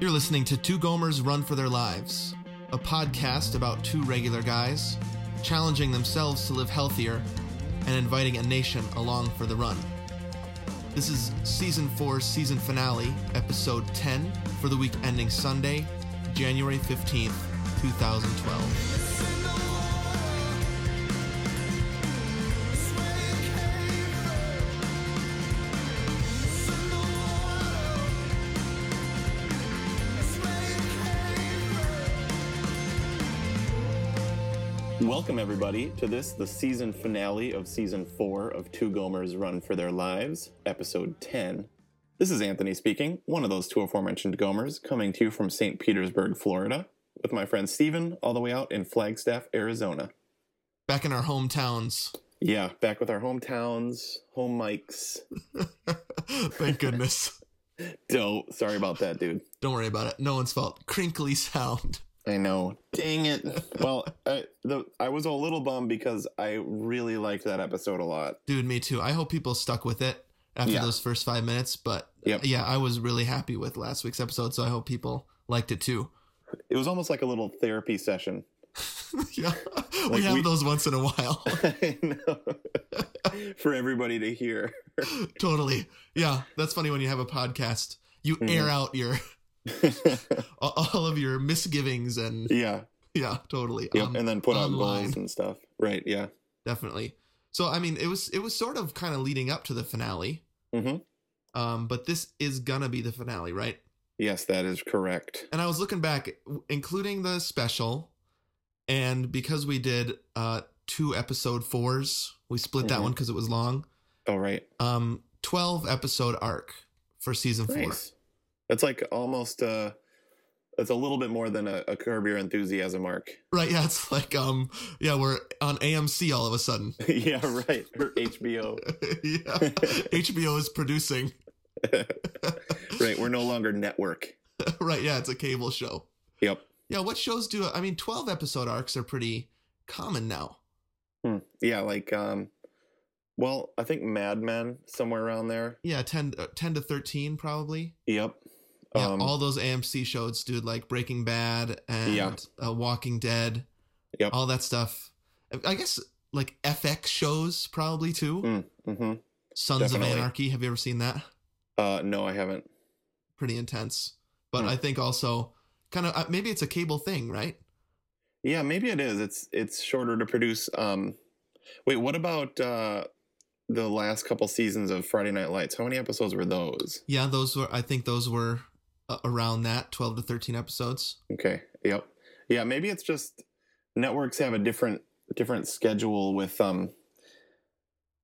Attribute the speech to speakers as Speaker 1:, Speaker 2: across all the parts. Speaker 1: You're listening to Two Gomers Run for Their Lives, a podcast about two regular guys challenging themselves to live healthier and inviting a nation along for the run. This is season 4 season finale, episode 10 for the week ending Sunday, January 15th, 2012.
Speaker 2: Welcome, everybody, to this, the season finale of season four of Two Gomers Run for Their Lives, episode 10. This is Anthony speaking, one of those two aforementioned Gomers, coming to you from St. Petersburg, Florida, with my friend Steven, all the way out in Flagstaff, Arizona.
Speaker 1: Back in our hometowns.
Speaker 2: Yeah, back with our hometowns, home mics.
Speaker 1: Thank goodness.
Speaker 2: Dope. Sorry about that, dude.
Speaker 1: Don't worry about it. No one's fault. Crinkly sound.
Speaker 2: I know. Dang it. Well, I, the, I was a little bummed because I really liked that episode a lot.
Speaker 1: Dude, me too. I hope people stuck with it after
Speaker 2: Yeah.
Speaker 1: those first five minutes. But
Speaker 2: Yep.
Speaker 1: yeah, I was really happy with last week's episode, so I hope people liked it too.
Speaker 2: It was almost like a little therapy session.
Speaker 1: yeah, we
Speaker 2: Like,
Speaker 1: have
Speaker 2: we-
Speaker 1: those once in a while.
Speaker 2: I know. For everybody to hear.
Speaker 1: totally. Yeah, that's funny when you have a podcast, you
Speaker 2: Mm-hmm.
Speaker 1: air out your all of your misgivings and
Speaker 2: yeah.
Speaker 1: yeah, totally.
Speaker 2: Yep.
Speaker 1: Um,
Speaker 2: and then put out
Speaker 1: online.
Speaker 2: goals and stuff. Right. Yeah.
Speaker 1: definitely. So I mean, it was it was sort of kind of leading up to the finale.
Speaker 2: Mhm.
Speaker 1: Um, but this is gonna be the finale, right?
Speaker 2: Yes, that is correct.
Speaker 1: and I was looking back, w- including the special, and because we did uh, two episode fours, we split that
Speaker 2: Mhm.
Speaker 1: one because it was long.
Speaker 2: All right.
Speaker 1: Um, twelve episode arc for season four.
Speaker 2: Nice. That's like almost uh that's a little bit more than a, a curb your enthusiasm arc.
Speaker 1: Right? Yeah, it's like um, yeah, we're on AMC all of a sudden.
Speaker 2: yeah, right. Or HBO.
Speaker 1: yeah, HBO is producing.
Speaker 2: right. We're no longer network.
Speaker 1: right? Yeah, it's a cable show.
Speaker 2: Yep.
Speaker 1: Yeah, what shows do? I mean, twelve episode arcs are pretty common now.
Speaker 2: Hmm. Yeah, like um well, I think Mad Men somewhere around there.
Speaker 1: Yeah, 10, uh, 10 to thirteen probably.
Speaker 2: Yep.
Speaker 1: Yeah,
Speaker 2: Um,
Speaker 1: all those AMC shows, dude, like Breaking Bad and
Speaker 2: Yeah.
Speaker 1: uh, Walking Dead.
Speaker 2: Yep.
Speaker 1: All that stuff. I- I guess like FX shows probably too.
Speaker 2: Mm, hmm
Speaker 1: Sons of
Speaker 2: definitely.
Speaker 1: Anarchy. Have you ever seen that?
Speaker 2: Uh, no, I haven't.
Speaker 1: Pretty intense. But
Speaker 2: Hmm.
Speaker 1: I think also kind of uh, maybe it's a cable thing, right?
Speaker 2: Yeah, maybe it is. It's it's shorter to produce. Um, wait, what about uh, the last couple seasons of Friday Night Lights? How many episodes were those?
Speaker 1: Yeah, those were. I think those were uh, around that twelve to thirteen episodes.
Speaker 2: Okay, yep, yeah. Maybe it's just networks have a different different schedule with um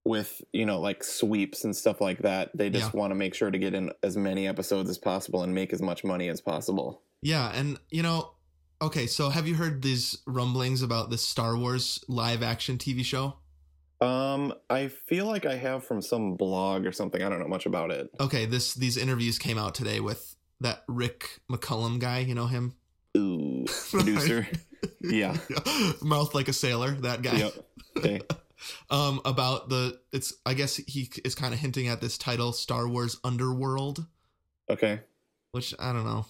Speaker 2: with you know like sweeps and stuff like that. They just want to make sure to get in as many episodes as possible and make as much money as possible.
Speaker 1: Yeah, and you know, okay. So have you heard these rumblings about this Star Wars live action TV show?
Speaker 2: Um, I feel like I have from some blog or something. I don't know much about it.
Speaker 1: okay this these interviews came out today with that rick mccullum guy you know him
Speaker 2: Ooh, producer. yeah.
Speaker 1: mouth like a sailor that guy
Speaker 2: Yep. Okay.
Speaker 1: um about the it's i guess he is kind of hinting at this title star wars underworld
Speaker 2: Okay.
Speaker 1: which i don't know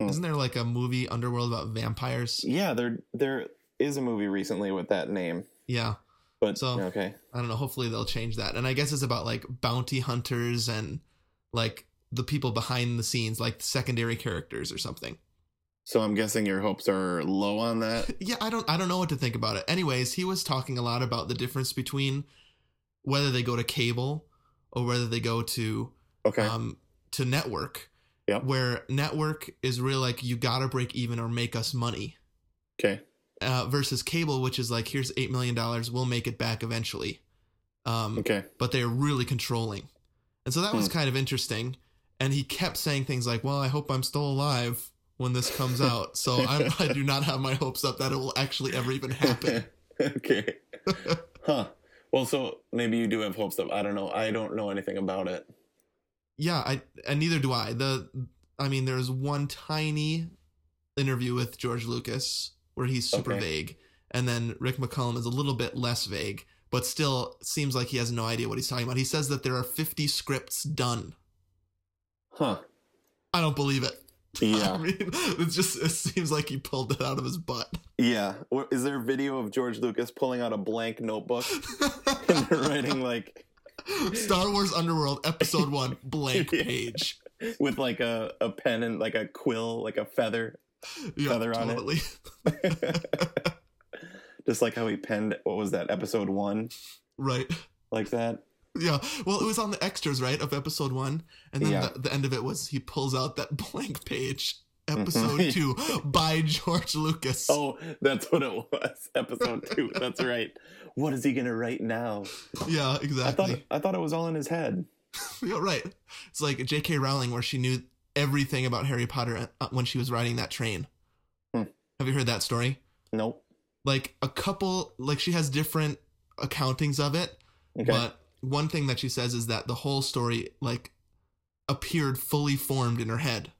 Speaker 2: Hmm.
Speaker 1: isn't there like a movie underworld about vampires
Speaker 2: Yeah, there there is a movie recently with that name.
Speaker 1: yeah
Speaker 2: But
Speaker 1: So-
Speaker 2: okay.
Speaker 1: i don't know hopefully they'll change that and i guess it's about like bounty hunters and like the people behind the scenes like secondary characters or something
Speaker 2: So I'm guessing your hopes are low on that.
Speaker 1: yeah i don't i don't know what to think about it anyways he was talking a lot about the difference between whether they go to cable or whether they go to
Speaker 2: Okay.
Speaker 1: um to network
Speaker 2: Yep.
Speaker 1: where network is real like you gotta break even or make us money
Speaker 2: okay.
Speaker 1: uh, versus cable which is like here's eight million dollars we'll make it back eventually um
Speaker 2: Okay.
Speaker 1: but they're really controlling and so that was kind of interesting and he kept saying things like well i hope i'm still alive when this comes out so I, I do not have my hopes up that it will actually ever even happen
Speaker 2: okay. huh. Well, so maybe you do have hopes of. I don't know. I don't know anything about it.
Speaker 1: yeah i and neither do i the i mean there's one tiny interview with george lucas where he's super
Speaker 2: Okay.
Speaker 1: vague and then rick mccullum is a little bit less vague but still seems like he has no idea what he's talking about he says that there are 50 scripts done
Speaker 2: Huh.
Speaker 1: i don't believe it I
Speaker 2: Yeah.
Speaker 1: mean, it just it seems like he pulled it out of his butt.
Speaker 2: Yeah. Or Is there a video of George Lucas pulling out a blank notebook and writing like
Speaker 1: Star Wars Underworld Episode One, blank
Speaker 2: Yeah.
Speaker 1: page.
Speaker 2: with like a, a pen and like a quill, like a feather?
Speaker 1: Yeah,
Speaker 2: Feather on it.
Speaker 1: totally.
Speaker 2: Just like how he penned what was that, episode one?
Speaker 1: Right.
Speaker 2: Like that.
Speaker 1: Yeah. Well, it was on the extras, right, of Episode One, and then
Speaker 2: Yeah.
Speaker 1: the, the end of it was he pulls out that blank page. Episode
Speaker 2: Mhm.
Speaker 1: Two by George Lucas.
Speaker 2: Oh, that's what it was. Episode two. That's right. What is he gonna write now?
Speaker 1: Yeah,
Speaker 2: I
Speaker 1: exactly.
Speaker 2: thought I thought it was all in his head.
Speaker 1: Yeah, right. It's like J.K. Rowling, where she knew everything about Harry Potter uh, when she was riding that train.
Speaker 2: Hmm.
Speaker 1: Have you heard that story?
Speaker 2: Nope.
Speaker 1: Like a couple, like she has different accountings of it,
Speaker 2: Okay.
Speaker 1: but one thing that she says is that the whole story like appeared fully formed in her head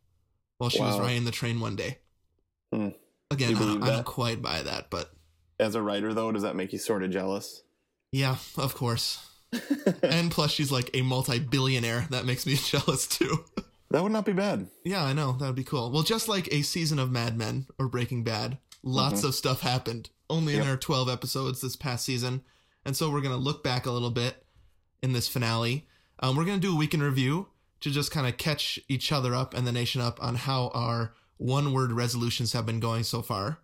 Speaker 1: while she was
Speaker 2: Wow.
Speaker 1: riding the train one day.
Speaker 2: Hmm.
Speaker 1: Again,
Speaker 2: You
Speaker 1: I don't,
Speaker 2: believe
Speaker 1: I don't
Speaker 2: that?
Speaker 1: quite buy that, but
Speaker 2: As a writer though, does that make you sort of jealous?
Speaker 1: yeah, of course. and plus, she's like a multi-billionaire. That makes me jealous too.
Speaker 2: That would not be bad.
Speaker 1: Yeah, I know. That would be cool. Well, just like a season of Mad Men or Breaking Bad, lots of stuff happened. Only
Speaker 2: Mm-hmm. Yep.
Speaker 1: in our 12 episodes this past season. And so we're going to look back a little bit in this finale. Um, we're going to do a week in review to just kind of catch each other up and the nation up on how our one word resolutions have been going so far.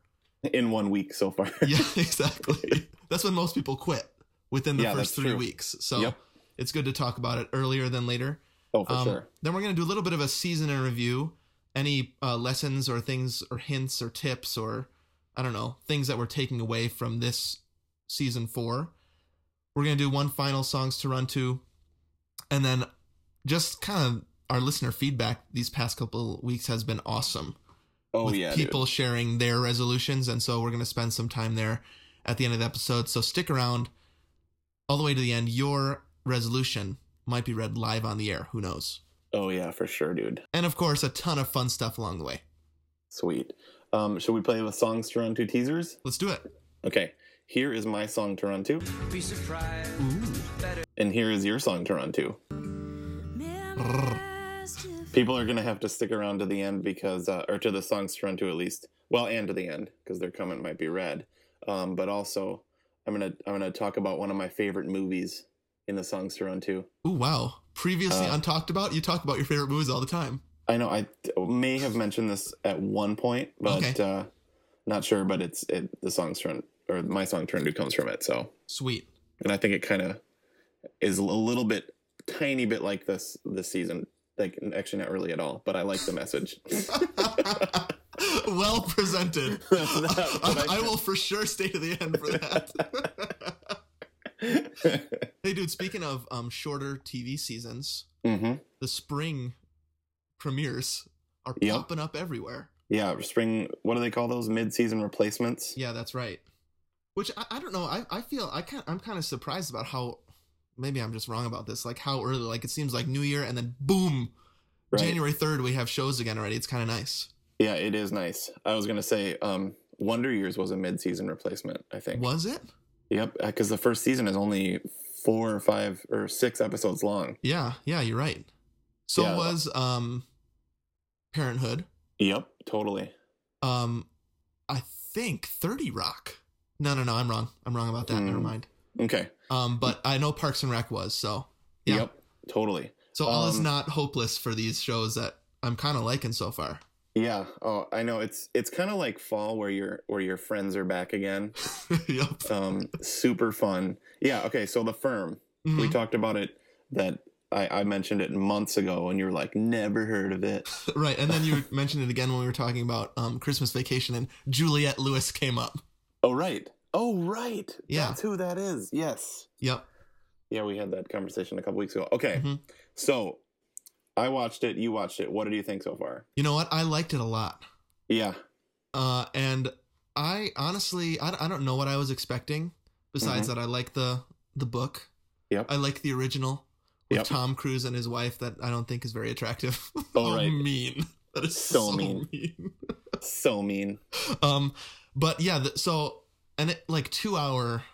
Speaker 2: In one week so far.
Speaker 1: Yeah, exactly. That's when most people quit within the
Speaker 2: Yeah,
Speaker 1: first
Speaker 2: that's
Speaker 1: three
Speaker 2: true.
Speaker 1: weeks. So
Speaker 2: Yep.
Speaker 1: it's good to talk about it earlier than later.
Speaker 2: Oh, for
Speaker 1: Um,
Speaker 2: sure.
Speaker 1: Then we're going to do a little bit of a season in review. Any uh, lessons or things or hints or tips or I don't know things that we're taking away from this season four. We're going to do one final songs to run to, and then just kind of our listener feedback these past couple weeks has been awesome
Speaker 2: Oh
Speaker 1: with
Speaker 2: yeah. dude.
Speaker 1: people sharing their resolutions. And so we're going to spend some time there at the end of the episode. So stick around all the way to the end. Your resolution might be read live on the air. Who knows?
Speaker 2: Oh yeah, for sure, dude.
Speaker 1: And of course, a ton of fun stuff along the way.
Speaker 2: Sweet. Um, should we play the songs to run to teasers?
Speaker 1: Let's do it.
Speaker 2: Okay. Here is my song to run to,
Speaker 3: Be surprised.
Speaker 2: and here is your song to run to.
Speaker 4: Memorized if
Speaker 2: People are gonna have to stick around to the end because, uh, or to the songs to run to at least. Well, and to the end because their comment might be read. Um, but also, I'm gonna I'm gonna talk about one of my favorite movies in the songs to run to.
Speaker 1: Ooh, wow. Previously
Speaker 2: Uh,
Speaker 1: untalked about, you talk about your favorite movies all the time.
Speaker 2: I know I may have mentioned this at one point, but
Speaker 1: Okay.
Speaker 2: uh, not sure. But it's it, the song's turn or my song turn to comes from it. So,
Speaker 1: Sweet.
Speaker 2: and I think it kind of is a little bit, tiny bit like this this season. Like actually not really at all, but I like the message.
Speaker 1: well presented.
Speaker 2: That's not what I
Speaker 1: I, will for sure stay to the end for that. hey, dude, speaking of um, shorter TV seasons,
Speaker 2: hmm
Speaker 1: the spring premieres are
Speaker 2: Yep.
Speaker 1: popping up everywhere.
Speaker 2: Yeah, spring. What do they call those? Mid season replacements.
Speaker 1: Yeah, that's right. Which I, I don't know. I, I feel I kind I'm kind of surprised about how maybe I'm just wrong about this. Like how early. Like it seems like New Year and then boom,
Speaker 2: Right.
Speaker 1: January third we have shows again already. It's kind of nice.
Speaker 2: Yeah, it is nice. I was gonna say, um, Wonder Years was a mid season replacement. I think.
Speaker 1: Was it?
Speaker 2: Yep, because the first season is only four or five or six episodes long.
Speaker 1: Yeah, yeah, you're right. So
Speaker 2: Yeah.
Speaker 1: was um, Parenthood.
Speaker 2: Yep, totally.
Speaker 1: Um, I think Thirty Rock. No, no, no, I'm wrong. I'm wrong about that. Never
Speaker 2: Hmm.
Speaker 1: mind.
Speaker 2: Okay.
Speaker 1: Um, but I know Parks and Rec was so. Yeah.
Speaker 2: Yep, totally.
Speaker 1: So all is
Speaker 2: Um,
Speaker 1: not hopeless for these shows that I'm kind of liking so far.
Speaker 2: Yeah. Oh, I know. It's it's kind of like fall where your where your friends are back again.
Speaker 1: yep.
Speaker 2: Um, super fun. Yeah. Okay. So the firm we
Speaker 1: Mhm.
Speaker 2: talked about it that I, I mentioned it months ago, and you were like, never heard of it.
Speaker 1: right, and then you mentioned it again when we were talking about um, Christmas Vacation, and Juliette Lewis came up.
Speaker 2: Oh right. Oh right.
Speaker 1: Yeah.
Speaker 2: That's who that is. Yes.
Speaker 1: Yep.
Speaker 2: Yeah, we had that conversation a couple weeks ago. Okay.
Speaker 1: Mhm.
Speaker 2: So I watched it. You watched it. What did you think so far?
Speaker 1: You know what? I liked it a lot.
Speaker 2: Yeah.
Speaker 1: Uh, and I honestly, I, don't- I don't know what I was expecting. Besides that, I like the the book.
Speaker 2: Mm-hmm. Yep.
Speaker 1: I like the original with
Speaker 2: Yep.
Speaker 1: Tom Cruise and his wife that I don't think is very attractive.
Speaker 2: Oh,
Speaker 1: How
Speaker 2: right.
Speaker 1: mean. That is so,
Speaker 2: So mean.
Speaker 1: mean.
Speaker 2: So mean.
Speaker 1: Um, but yeah, the, so and it like two hour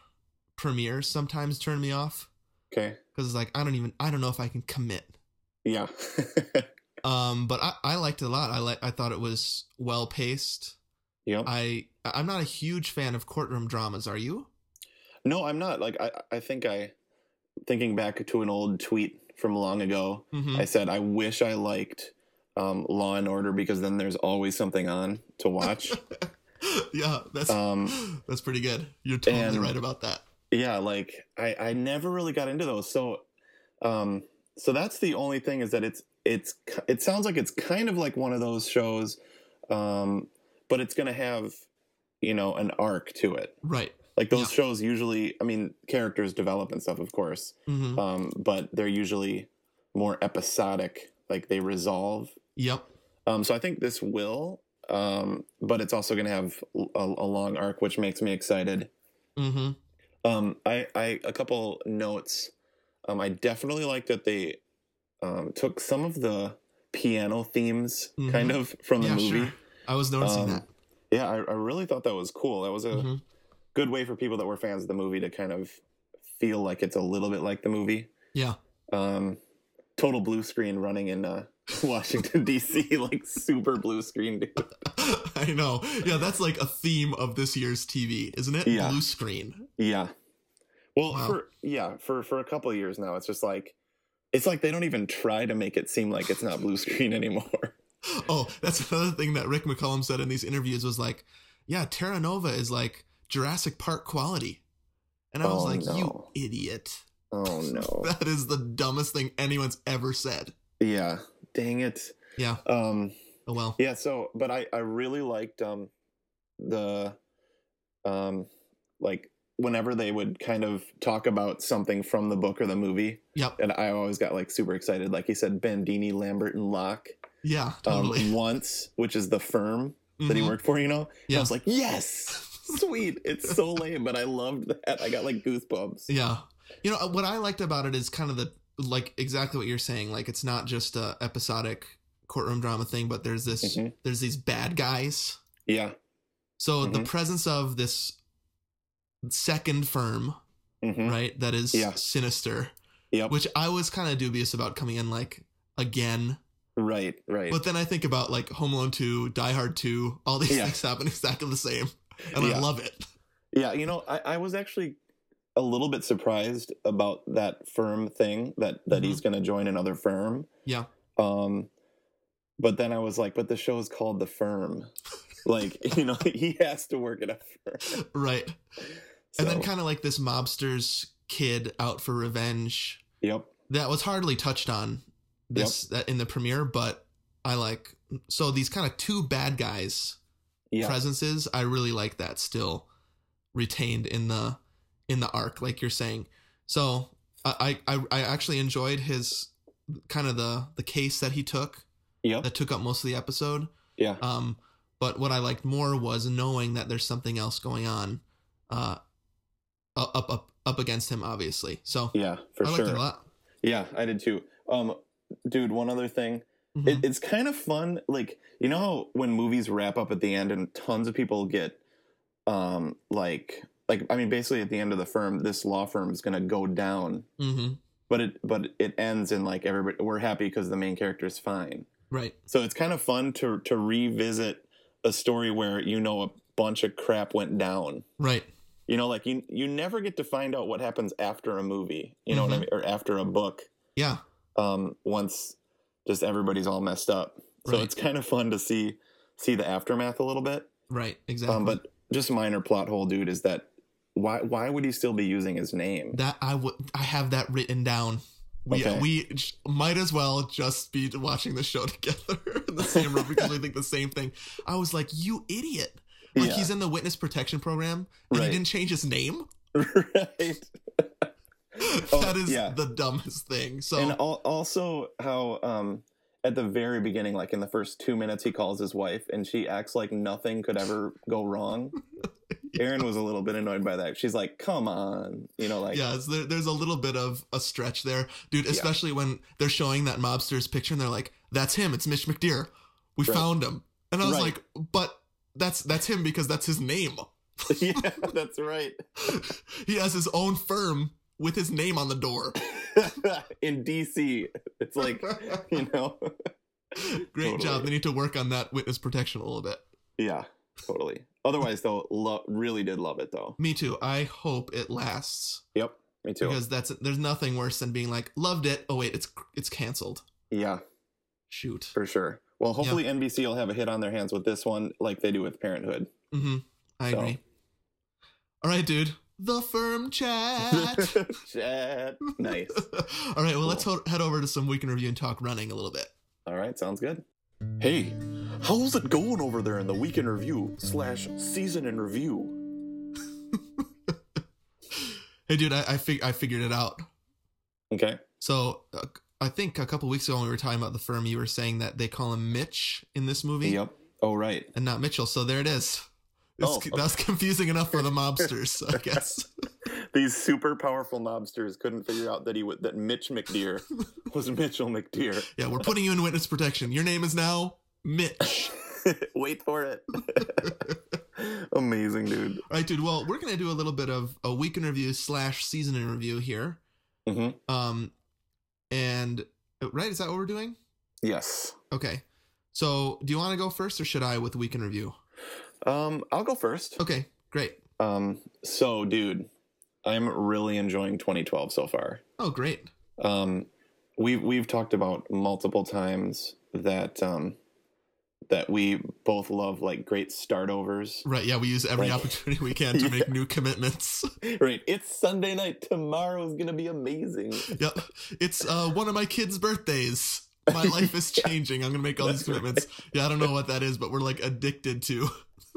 Speaker 1: premieres sometimes turn me off
Speaker 2: Okay.
Speaker 1: because it's like I don't even I don't know if I can commit.
Speaker 2: Yeah.
Speaker 1: Um, but I, I liked it a lot. I like I thought it was well paced.
Speaker 2: Yep.
Speaker 1: I I'm not a huge fan of courtroom dramas. Are you?
Speaker 2: no, I'm not. Like I, I think I, thinking back to an old tweet from long ago,
Speaker 1: Mm-hmm.
Speaker 2: I said I wish I liked um, Law and Order because then there's always something on to watch.
Speaker 1: yeah, that's
Speaker 2: um,
Speaker 1: that's pretty good. You're totally
Speaker 2: and-
Speaker 1: right about that.
Speaker 2: yeah like i i never really got into those so um so that's the only thing is that it's it's k- it sounds like it's kind of like one of those shows um but it's gonna have you know an arc to it
Speaker 1: Right.
Speaker 2: like those
Speaker 1: Yeah.
Speaker 2: shows usually i mean characters develop and stuff of course
Speaker 1: hmm
Speaker 2: um but they're usually more episodic like they resolve
Speaker 1: Yep.
Speaker 2: um so i think this will um but it's also gonna have l- a, a long arc which makes me excited
Speaker 1: hmm
Speaker 2: um, I, I a couple notes. Um, I definitely like that they um, took some of the piano themes
Speaker 1: Mhm.
Speaker 2: kind of from the
Speaker 1: Yeah,
Speaker 2: movie.
Speaker 1: sure. I was noticing
Speaker 2: Um, uh,
Speaker 1: that.
Speaker 2: Yeah, I, I really thought that was cool. That was a
Speaker 1: Mhm.
Speaker 2: good way for people that were fans of the movie to kind of feel like it's a little bit like the movie.
Speaker 1: Yeah.
Speaker 2: Um, total blue screen running in uh, Washington D.C. like super blue screen. Dude.
Speaker 1: I know. Yeah, that's like a theme of this year's TV, isn't it?
Speaker 2: Yeah.
Speaker 1: Blue screen.
Speaker 2: Yeah. Well,
Speaker 1: Wow.
Speaker 2: for yeah, for for a couple of years now, it's just like it's like they don't even try to make it seem like it's not blue screen anymore.
Speaker 1: Oh, that's another thing that Rick McCollum said in these interviews was like, yeah, Terra Nova is like Jurassic Park quality. And I was
Speaker 2: Oh,
Speaker 1: like,
Speaker 2: no.
Speaker 1: you idiot.
Speaker 2: Oh no.
Speaker 1: That is the dumbest thing anyone's ever said.
Speaker 2: yeah. Dang it.
Speaker 1: Yeah.
Speaker 2: Um
Speaker 1: Oh, well.
Speaker 2: yeah, so but I I really liked um the um like whenever they would kind of talk about something from the book or the movie
Speaker 1: Yep.
Speaker 2: and I always got like super excited like he said Bandini, Lambert and Locke
Speaker 1: Yeah,
Speaker 2: um,
Speaker 1: totally.
Speaker 2: once, which is the firm that he
Speaker 1: Mhm.
Speaker 2: worked for, you know. And
Speaker 1: Yeah.
Speaker 2: I was like, yes, sweet. It's so lame, but I loved that. I got like goosebumps.
Speaker 1: Yeah. You know, uh, what I liked about it is kind of the, like, exactly what you're saying. Like, it's not just a episodic courtroom drama thing, but there's this,
Speaker 2: Mhm.
Speaker 1: there's these bad guys
Speaker 2: Yeah.
Speaker 1: So the
Speaker 2: Mhm.
Speaker 1: presence of this second firm,
Speaker 2: hmm
Speaker 1: right, that is
Speaker 2: Yeah.
Speaker 1: sinister,
Speaker 2: Yep.
Speaker 1: which I was kind of dubious about coming in like again.
Speaker 2: Right. Right.
Speaker 1: But then I think about like Home Alone 2, Die Hard 2, all these
Speaker 2: Yeah.
Speaker 1: things happen exactly the same. And I
Speaker 2: Yeah.
Speaker 1: love it.
Speaker 2: yeah. You know, I, I was actually a little bit surprised about that firm thing that that he's going to join another firm.
Speaker 1: Mm-hmm. Yeah.
Speaker 2: Um, but then I was like, but the show is called The Firm. Like you know, he has to work at a firm.
Speaker 1: Right. And then
Speaker 2: So,
Speaker 1: kind of like this mobster's kid out for revenge.
Speaker 2: yep,
Speaker 1: That was hardly touched on this that in the premiere, but I like so these kind of two bad guys
Speaker 2: yeah,
Speaker 1: presences i really like that still retained in the in the arc like you're saying so i i, I actually enjoyed his kind of the the case that he took
Speaker 2: yep,
Speaker 1: that took up most of the episode
Speaker 2: yeah,
Speaker 1: um but what i liked more was knowing that there's something else going on uh up up up, up against him obviously so
Speaker 2: yeah, for
Speaker 1: i liked
Speaker 2: sure.
Speaker 1: it a lot
Speaker 2: Yeah, I did too. Um, dude, one other thing.
Speaker 1: Mhm.
Speaker 2: It, it's kind of fun. Like, you know how when movies wrap up at the end and tons of people get, um, like, like, I mean, basically at the end of the firm, this law firm is going to go down,
Speaker 1: Mhm.
Speaker 2: but it, but it ends in like everybody, we're happy because the main character is fine.
Speaker 1: right
Speaker 2: So it's kind of fun to, to revisit a story where, you know, a bunch of crap went down.
Speaker 1: right
Speaker 2: You know, like you, you never get to find out what happens after a movie, you know what I
Speaker 1: Mhm.
Speaker 2: mean? Or after a book
Speaker 1: yeah
Speaker 2: um, once just everybody's all messed up. So
Speaker 1: Right.
Speaker 2: it's kind of fun to see see the aftermath a little bit.
Speaker 1: right exactly
Speaker 2: Um, but just minor plot hole, dude, is that why why would he still be using his name?
Speaker 1: That I would I have that written down. We
Speaker 2: Okay.
Speaker 1: we j- might as well just be watching the show together in the same room because we think the same thing. I was like, you idiot! Like
Speaker 2: yeah,
Speaker 1: he's in the witness protection program and
Speaker 2: Right.
Speaker 1: he didn't change his name.
Speaker 2: right. Oh,
Speaker 1: that is
Speaker 2: yeah.
Speaker 1: the dumbest thing. So
Speaker 2: and al- also how um, at the very beginning, like in the first two minutes, he calls his wife and she acts like nothing could ever go wrong. Erin was a little bit annoyed by that. She's like, "Come on," you know, like
Speaker 1: yeah, it's, there, there's a little bit of a stretch there, dude. Especially when they're showing that mobster's picture and they're like, "That's him. It's Mitch McDeer. We
Speaker 2: Right.
Speaker 1: found him." And I was
Speaker 2: Right.
Speaker 1: like, "But that's that's him because that's his name."
Speaker 2: yeah, that's right.
Speaker 1: he has his own firm with his name on the door.
Speaker 2: in DC. It's like, you know,
Speaker 1: Great
Speaker 2: Totally.
Speaker 1: job. They need to work on that witness protection a little bit.
Speaker 2: Yeah, totally. Otherwise, though, lo- really did love it though.
Speaker 1: Me too. I hope it lasts
Speaker 2: Yep, me too.
Speaker 1: because that's there's nothing worse than being like loved it. Oh wait, it's it's canceled.
Speaker 2: yeah,
Speaker 1: Shoot.
Speaker 2: for sure. Well, hopefully NBC will have a hit on their hands with this one, like they do with Parenthood.
Speaker 1: Mm-hmm. I
Speaker 2: So.
Speaker 1: agree. All right, dude. The firm chat.
Speaker 2: Chat. Nice.
Speaker 1: All right, well, let's ho- head over to some week in review and talk running a little bit.
Speaker 2: All right, sounds good. Hey, how's it going over there in the weekend review slash season in review?
Speaker 1: Hey, dude, I I, fig- I figured it out.
Speaker 2: Okay.
Speaker 1: So uh, I think a couple weeks ago when we were talking about the firm, you were saying that they call him Mitch in this movie
Speaker 2: Yep. Oh right.
Speaker 1: and not Mitchell. So there it is.
Speaker 2: Oh,
Speaker 1: It's,
Speaker 2: okay.
Speaker 1: That's confusing enough for the mobsters, I guess.
Speaker 2: These super powerful mobsters couldn't figure out that he w- that Mitch McDeer was Mitchell McDeer.
Speaker 1: Yeah, we're putting you in witness protection. Your name is now Mitch.
Speaker 2: Wait for it. Amazing, dude.
Speaker 1: All right, dude. Well, we're gonna do a little bit of a week in review slash season in review here.
Speaker 2: hmm
Speaker 1: Um, and uh, right, is that what we're doing?
Speaker 2: Yes.
Speaker 1: Okay. So, do you want to go first, or should I with week in review?
Speaker 2: Um, I'll go first.
Speaker 1: Okay, great.
Speaker 2: Um, so, dude, I'm really enjoying 2012 so far.
Speaker 1: Oh, great.
Speaker 2: Um, we've we've talked about multiple times that um, that we both love like great start overs.
Speaker 1: Right. Yeah, we use every
Speaker 2: Right.
Speaker 1: opportunity we can to
Speaker 2: Yeah.
Speaker 1: make new commitments.
Speaker 2: Right. It's Sunday night. Tomorrow's gonna be amazing.
Speaker 1: yep. It's uh, one of my kids' birthdays. My life is changing. I'm gonna make all these
Speaker 2: That's right.
Speaker 1: commitments. Yeah, I don't know what that is, but we're like addicted to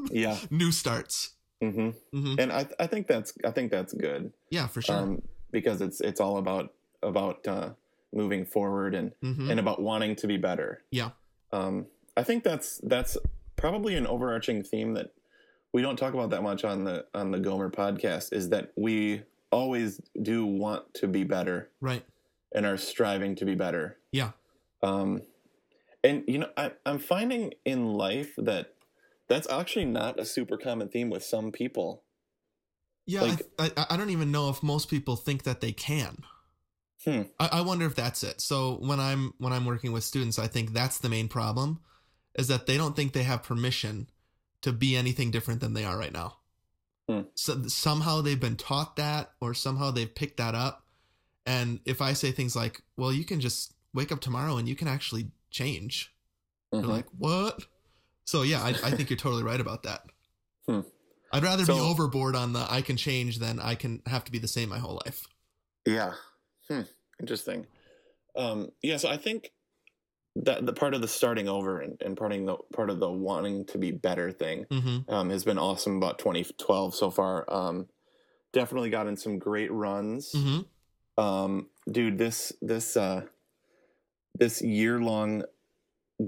Speaker 2: yeah.
Speaker 1: new starts.
Speaker 2: hmm
Speaker 1: hmm
Speaker 2: And I I think that's I think that's good.
Speaker 1: Yeah, for sure.
Speaker 2: Um, because it's it's all about about uh, moving forward and
Speaker 1: hmm
Speaker 2: and about wanting to be better.
Speaker 1: Yeah.
Speaker 2: Um, I think that's that's probably an overarching theme that we don't talk about that much on the on the Gomer podcast is that we always do want to be better
Speaker 1: Right.
Speaker 2: and are striving to be better.
Speaker 1: Yeah.
Speaker 2: Um, and you know, I, I'm finding in life that that's actually not a super common theme with some people.
Speaker 1: Yeah,
Speaker 2: Like-
Speaker 1: I, th- I, I don't even know if most people think that they can.
Speaker 2: Hmm.
Speaker 1: I, I wonder if that's it. So when I'm when I'm working with students, I think that's the main problem, is that they don't think they have permission to be anything different than they are right now.
Speaker 2: Hmm.
Speaker 1: So somehow they've been taught that, or somehow they've picked that up. And if I say things like, "Well, you can just wake up tomorrow and you can actually change,"
Speaker 2: Mhm.
Speaker 1: they're like, "What?" So yeah, I, I think you're totally right about that.
Speaker 2: Hmm.
Speaker 1: I'd rather be
Speaker 2: So-
Speaker 1: overboard on the I can change than I can have to be the same my whole life.
Speaker 2: Yeah. Hmm. Interesting. Um, yeah. So I think that the part of the starting over and, and parting the part of the wanting to be better thing
Speaker 1: Mm-hmm.
Speaker 2: um, has been awesome about 2012 so far. Um, definitely gotten some great runs.
Speaker 1: Mm-hmm.
Speaker 2: Um, dude, this this uh, this year long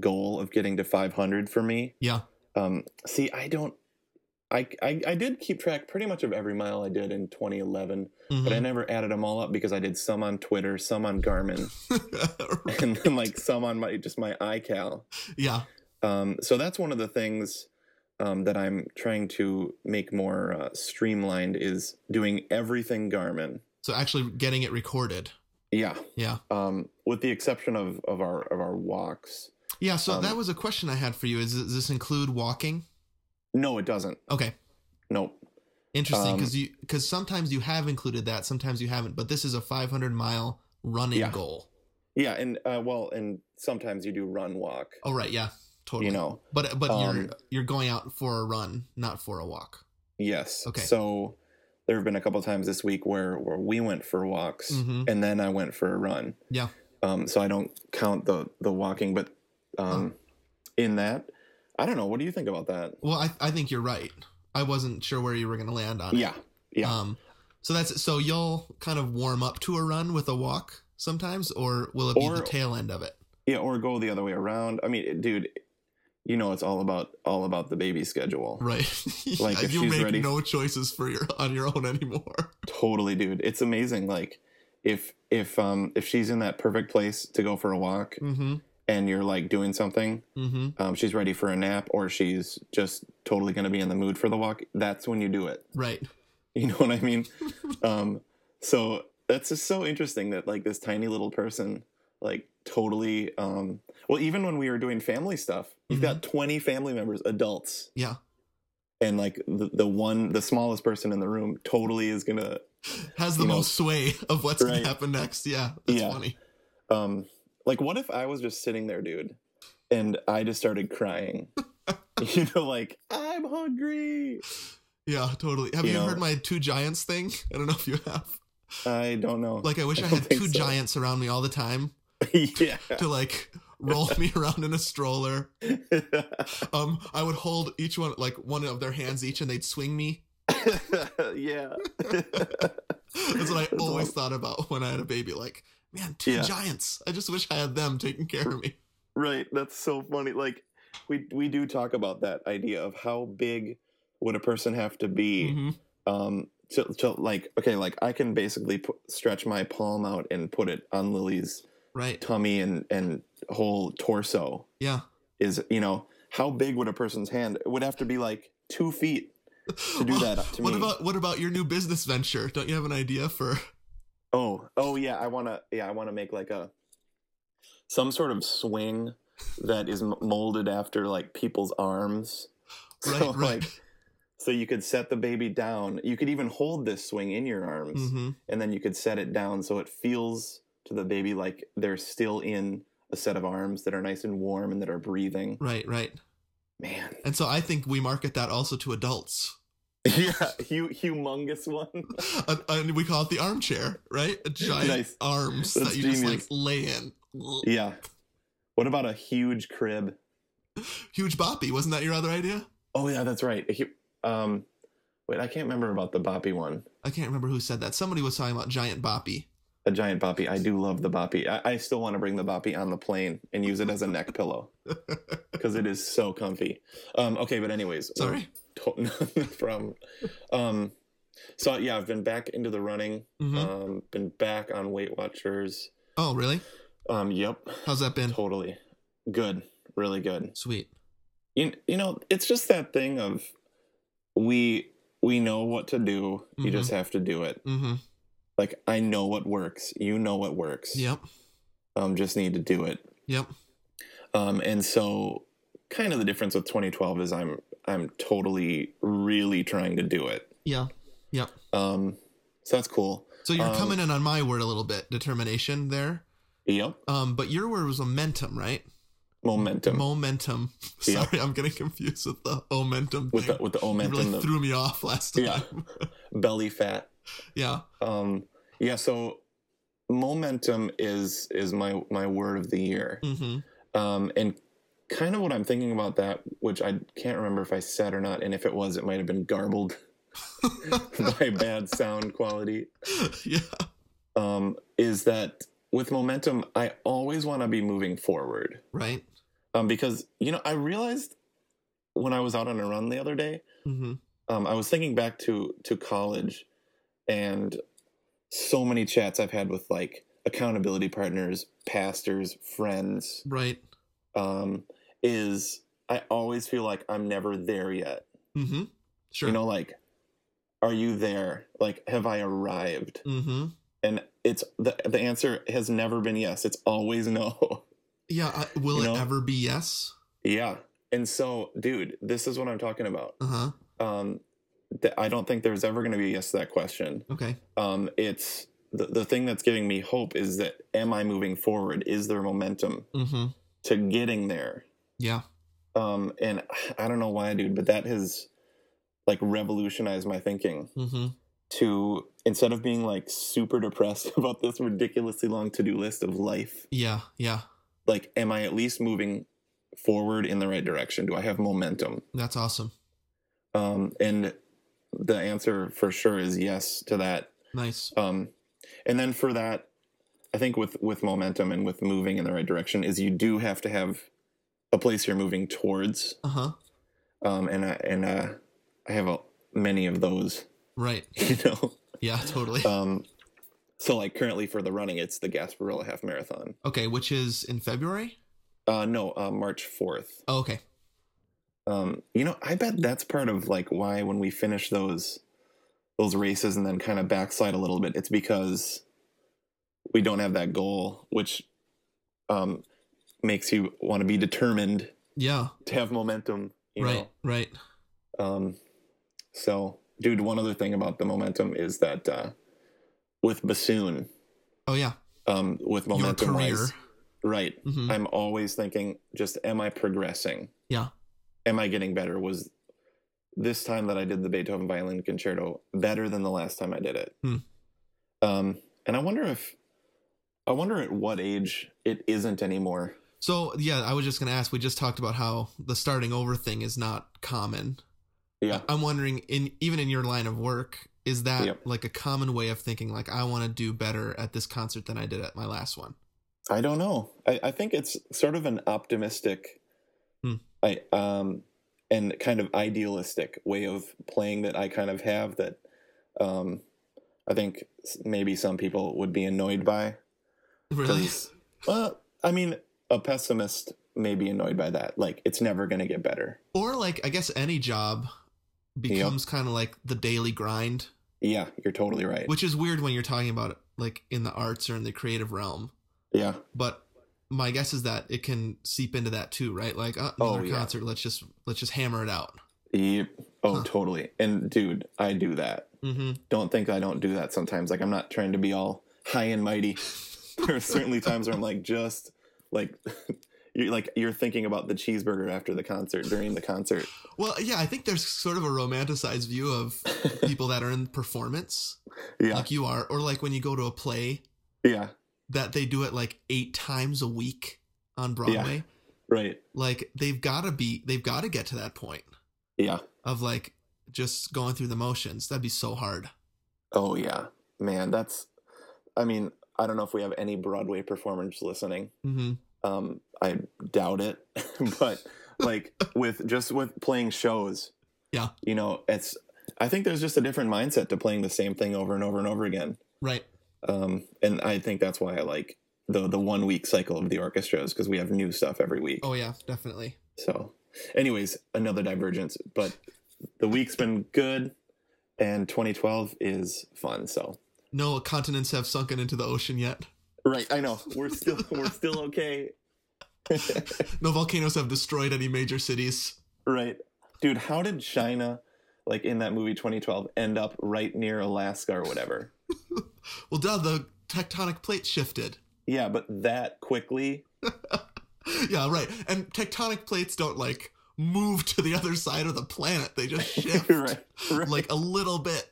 Speaker 2: goal of getting to 500 for me.
Speaker 1: Yeah.
Speaker 2: Um, see, I don't. I, I, I did keep track pretty much of every mile I did in 2011, but I never added them all up because I did some on Twitter, some on Garmin,
Speaker 1: Mhm.
Speaker 2: and then like some on my just my iCal.
Speaker 1: yeah.
Speaker 2: Um, so that's one of the things um, that I'm trying to make more uh, streamlined is doing everything Garmin.
Speaker 1: So actually getting it recorded.
Speaker 2: Yeah,
Speaker 1: Yeah.
Speaker 2: um, with the exception of of our of our walks.
Speaker 1: Yeah. So
Speaker 2: Um,
Speaker 1: that was a question I had for you. Is does this include walking?
Speaker 2: No, it doesn't.
Speaker 1: Okay.
Speaker 2: Nope.
Speaker 1: Interesting.
Speaker 2: Um,
Speaker 1: Because you because sometimes you have included that, sometimes you haven't. But this is a 500 mile running
Speaker 2: Yeah.
Speaker 1: goal.
Speaker 2: Yeah, and uh, well, and sometimes you do run walk.
Speaker 1: Oh right. Yeah. Totally.
Speaker 2: You know.
Speaker 1: but but you're
Speaker 2: um,
Speaker 1: you're going out for a run, not for a walk.
Speaker 2: Yes.
Speaker 1: Okay.
Speaker 2: So there have been a couple times this week where where we went for walks
Speaker 1: Mhm.
Speaker 2: and then I went for a run.
Speaker 1: Yeah.
Speaker 2: Um, so I don't count the the walking, but um, in that, I don't know. What do you think about that?
Speaker 1: Well, I I think you're right. I wasn't sure where you were going to land on it.
Speaker 2: Yeah. Yeah.
Speaker 1: Um, so that's so you'll kind of warm up to a run with a walk sometimes, or will it be
Speaker 2: Or-
Speaker 1: the tail end of it?
Speaker 2: yeah. Or go the other way around. I mean, dude, you know, it's all about all about the baby schedule.
Speaker 1: Right.
Speaker 2: Like,
Speaker 1: Yeah,
Speaker 2: if
Speaker 1: you
Speaker 2: she's
Speaker 1: make
Speaker 2: ready-
Speaker 1: no choices for your on your own anymore.
Speaker 2: Totally, dude. It's amazing. Like if if um if she's in that perfect place to go for a walk
Speaker 1: Mm-hmm.
Speaker 2: and you're like doing something
Speaker 1: Mm-hmm.
Speaker 2: um, she's ready for a nap or she's just totally going to be in the mood for the walk, that's when you do it.
Speaker 1: Right.
Speaker 2: You know what I mean? um, so that's just so interesting that like this tiny little person like totally um well even when we were doing family stuff you've got 20 family members adults
Speaker 1: Yeah.
Speaker 2: and like the, the one the smallest person in the room totally is gonna
Speaker 1: Has the
Speaker 2: You know.
Speaker 1: most sway of what's going
Speaker 2: Right.
Speaker 1: to happen next. Yeah. That's
Speaker 2: Yeah.
Speaker 1: funny.
Speaker 2: um like what if i was just sitting there dude and i just started crying you know like i'm hungry
Speaker 1: Yeah, totally. Have
Speaker 2: You
Speaker 1: you,
Speaker 2: know.
Speaker 1: heard my two giants thing? I don't know if you have.
Speaker 2: i don't know
Speaker 1: Like, I wish
Speaker 2: I
Speaker 1: I,
Speaker 2: don't
Speaker 1: had
Speaker 2: think
Speaker 1: two
Speaker 2: so.
Speaker 1: giants around me all the time
Speaker 2: yeah
Speaker 1: to like roll me around in a stroller. Um, I would hold each one like one of their hands each, and they'd swing me.
Speaker 2: yeah
Speaker 1: That's what I
Speaker 2: That's
Speaker 1: always
Speaker 2: awesome.
Speaker 1: thought about when I had a baby. Like, man, two
Speaker 2: Yeah.
Speaker 1: giants. I just wish I had them taking care of me.
Speaker 2: right that's so funny like we we do talk about that idea of how big would a person have to be
Speaker 1: Mhm.
Speaker 2: um to, to like okay like i can basically put, stretch my palm out and put it on lily's
Speaker 1: Right?
Speaker 2: tummy and and whole torso
Speaker 1: Yeah.
Speaker 2: is you know how big would a person's hand it would have to be like two feet to do
Speaker 1: Well,
Speaker 2: that to
Speaker 1: what
Speaker 2: me
Speaker 1: about what about your new business venture? Don't you have an idea for?
Speaker 2: oh oh yeah i want to yeah i want to make like a some sort of swing that is m- molded after like people's arms
Speaker 1: Right,
Speaker 2: so
Speaker 1: right.
Speaker 2: like so you could set the baby down you could even hold this swing in your arms
Speaker 1: hmm
Speaker 2: and then you could set it down so it feels to the baby like they're still in a set of arms that are nice and warm and that are breathing.
Speaker 1: Right, right.
Speaker 2: Man,
Speaker 1: And so I think we market that also to adults.
Speaker 2: yeah, hu- humongous one.
Speaker 1: Uh, and we call it the armchair, right? A giant
Speaker 2: Nice.
Speaker 1: arms
Speaker 2: That's
Speaker 1: that you
Speaker 2: genius.
Speaker 1: just like lay in.
Speaker 2: yeah. What about a huge crib?
Speaker 1: Huge boppy, wasn't that your other idea?
Speaker 2: Oh yeah, that's right. A hu- um, wait, I can't remember about the boppy one.
Speaker 1: I can't remember who said that. Somebody was talking about giant boppy.
Speaker 2: A giant boppy. I do love the boppy. I, I still want to bring the boppy on the plane and use it as a neck pillow because it is so comfy. Um, okay, but anyways,
Speaker 1: Sorry.
Speaker 2: to- no problem. Um, so yeah, I've been back into the running.
Speaker 1: hmm
Speaker 2: Um, been back on Weight Watchers.
Speaker 1: oh, really?
Speaker 2: Um, yep,
Speaker 1: How's that been?
Speaker 2: totally good, really good.
Speaker 1: Sweet.
Speaker 2: You you know, it's just that thing of we we know what to do. You
Speaker 1: Mhm.
Speaker 2: just have to do it.
Speaker 1: hmm
Speaker 2: Like I know what works. You know what works.
Speaker 1: Yep.
Speaker 2: Um, just need to do it.
Speaker 1: Yep.
Speaker 2: Um, and so kind of the difference with 2012 is I'm I'm totally really trying to do it.
Speaker 1: Yeah.
Speaker 2: Um, so that's cool.
Speaker 1: So you're
Speaker 2: Um,
Speaker 1: coming in on my word a little bit, determination there.
Speaker 2: Yep.
Speaker 1: Um, but your word was momentum, right?
Speaker 2: Momentum.
Speaker 1: Momentum.
Speaker 2: Yeah.
Speaker 1: Sorry, I'm getting confused with the momentum
Speaker 2: with
Speaker 1: thing.
Speaker 2: the with the
Speaker 1: you
Speaker 2: momentum,
Speaker 1: really
Speaker 2: the
Speaker 1: threw me off last
Speaker 2: Yeah.
Speaker 1: time.
Speaker 2: belly fat.
Speaker 1: Yeah.
Speaker 2: Um, yeah. So momentum is is my my word of the year.
Speaker 1: hmm
Speaker 2: Um, and kind of what I'm thinking about that, which I can't remember if I said or not, and if it was, it might have been garbled by bad sound quality.
Speaker 1: yeah.
Speaker 2: Um, is that with momentum, I always want to be moving forward.
Speaker 1: Right.
Speaker 2: Um, because you know, I realized when I was out on a run the other day
Speaker 1: hmm
Speaker 2: um, I was thinking back to to college, and so many chats I've had with like accountability partners, pastors, friends.
Speaker 1: Right.
Speaker 2: Um, is I always feel like I'm never there yet.
Speaker 1: hmm Sure.
Speaker 2: You know, like, are you there? Like, have I arrived?
Speaker 1: hmm
Speaker 2: And it's the the answer has never been yes. It's always no.
Speaker 1: Yeah. I, will
Speaker 2: You
Speaker 1: it
Speaker 2: know?
Speaker 1: ever be yes?
Speaker 2: yeah. And so, dude, this is what I'm talking about.
Speaker 1: Uh huh.
Speaker 2: Um, th- I don't think there's ever going to be a yes to that question.
Speaker 1: Okay.
Speaker 2: um, it's the, the thing that's giving me hope is that am I moving forward? Is there momentum
Speaker 1: hmm
Speaker 2: to getting there?
Speaker 1: Yeah.
Speaker 2: Um, and I don't know why, dude, but that has like revolutionized my thinking
Speaker 1: hmm
Speaker 2: to instead of being like super depressed about this ridiculously long to do list of life,
Speaker 1: Yeah. Yeah.
Speaker 2: like, am I at least moving forward in the right direction? Do I have momentum?
Speaker 1: That's awesome.
Speaker 2: Um, and the answer for sure is yes to that.
Speaker 1: Nice.
Speaker 2: um, and then for that i think with with momentum and with moving in the right direction is you do have to have a place you're moving towards
Speaker 1: Uh huh.
Speaker 2: um, and I, and uh, i have a, many of those
Speaker 1: Right.
Speaker 2: you know
Speaker 1: Yeah. Totally.
Speaker 2: um, so like currently for the running it's the gasparilla half marathon
Speaker 1: Okay. Which is in February.
Speaker 2: uh, no uh, march 4th
Speaker 1: Oh, okay.
Speaker 2: um, you know i bet that's part of like why when we finish those those races and then kind of backslide a little bit it's because we don't have that goal which um, makes you want to be determined
Speaker 1: Yeah.
Speaker 2: to have momentum. You
Speaker 1: right.
Speaker 2: Know?
Speaker 1: Right.
Speaker 2: Um, so, dude, one other thing about the momentum is that uh, with bassoon,
Speaker 1: Oh yeah.
Speaker 2: um, with
Speaker 1: Your
Speaker 2: momentum
Speaker 1: career.
Speaker 2: wise, right?
Speaker 1: Mhm.
Speaker 2: I'm always thinking, just am I progressing?
Speaker 1: Yeah.
Speaker 2: Am I getting better? Was this time that I did the Beethoven Violin Concerto better than the last time I did it?
Speaker 1: Hmm.
Speaker 2: Um, and I wonder if, I wonder at what age it isn't anymore.
Speaker 1: So yeah, I was just gonna ask. We just talked about how the starting over thing is not common.
Speaker 2: Yeah.
Speaker 1: I'm wondering, in even in your line of work, is that
Speaker 2: Yep.
Speaker 1: like a common way of thinking? Like, I want to do better at this concert than I did at my last one.
Speaker 2: I don't know. I, I think it's sort of an optimistic,
Speaker 1: Hmm.
Speaker 2: I um, and kind of idealistic way of playing that I kind of have that, um, I think s- maybe some people would be annoyed by.
Speaker 1: Really?
Speaker 2: 'Cause- Well, I mean, a pessimist may be annoyed by that. Like, it's never going to get better.
Speaker 1: Or like, I guess any job becomes kind of like the daily grind,
Speaker 2: Yeah, you're totally right.
Speaker 1: which is weird when you're talking about it, like in the arts or in the creative realm.
Speaker 2: yeah,
Speaker 1: But my guess is that it can seep into that too, right? Like uh,
Speaker 2: Oh,
Speaker 1: another
Speaker 2: yeah.
Speaker 1: concert, let's just let's just hammer it out.
Speaker 2: yep. Oh,
Speaker 1: Huh.
Speaker 2: totally. And dude, I do that.
Speaker 1: Mm-hmm.
Speaker 2: don't think I don't do that sometimes. Like I'm not trying to be all high and mighty. there are certainly times where I'm like just like you're like you're thinking about the cheeseburger after the concert during the concert.
Speaker 1: Well, yeah, I think there's sort of a romanticized view of people that are in performance,
Speaker 2: Yeah,
Speaker 1: like you are, or like when you go to a play
Speaker 2: yeah,
Speaker 1: that they do it like eight times a week on Broadway.
Speaker 2: right.
Speaker 1: Like they've got to be, they've got to get to that point
Speaker 2: Yeah.
Speaker 1: of like just going through the motions. That'd be so hard.
Speaker 2: Oh yeah, man. That's. I mean, I don't know if we have any Broadway performers listening.
Speaker 1: hmm
Speaker 2: Um, I doubt it, but like with just with playing shows.
Speaker 1: Yeah.
Speaker 2: You know, it's. I think there's just a different mindset to playing the same thing over and over and over again.
Speaker 1: Right.
Speaker 2: um, and I think that's why I like the the one week cycle of the orchestras because we have new stuff every week.
Speaker 1: Oh yeah, definitely.
Speaker 2: So, anyways, another divergence, but the week's been good, and 2012 is fun. So,
Speaker 1: No continents have sunken into the ocean yet.
Speaker 2: right, I know we're still we're still okay,
Speaker 1: No volcanoes have destroyed any major cities.
Speaker 2: right, dude? How did China, like in that movie 2012, end up right near Alaska or whatever?
Speaker 1: Well, duh, the tectonic plate shifted.
Speaker 2: Yeah, but that quickly,
Speaker 1: Yeah, right. And tectonic plates don't like move to the other side of the planet. They just shift
Speaker 2: right, right.
Speaker 1: like a little bit.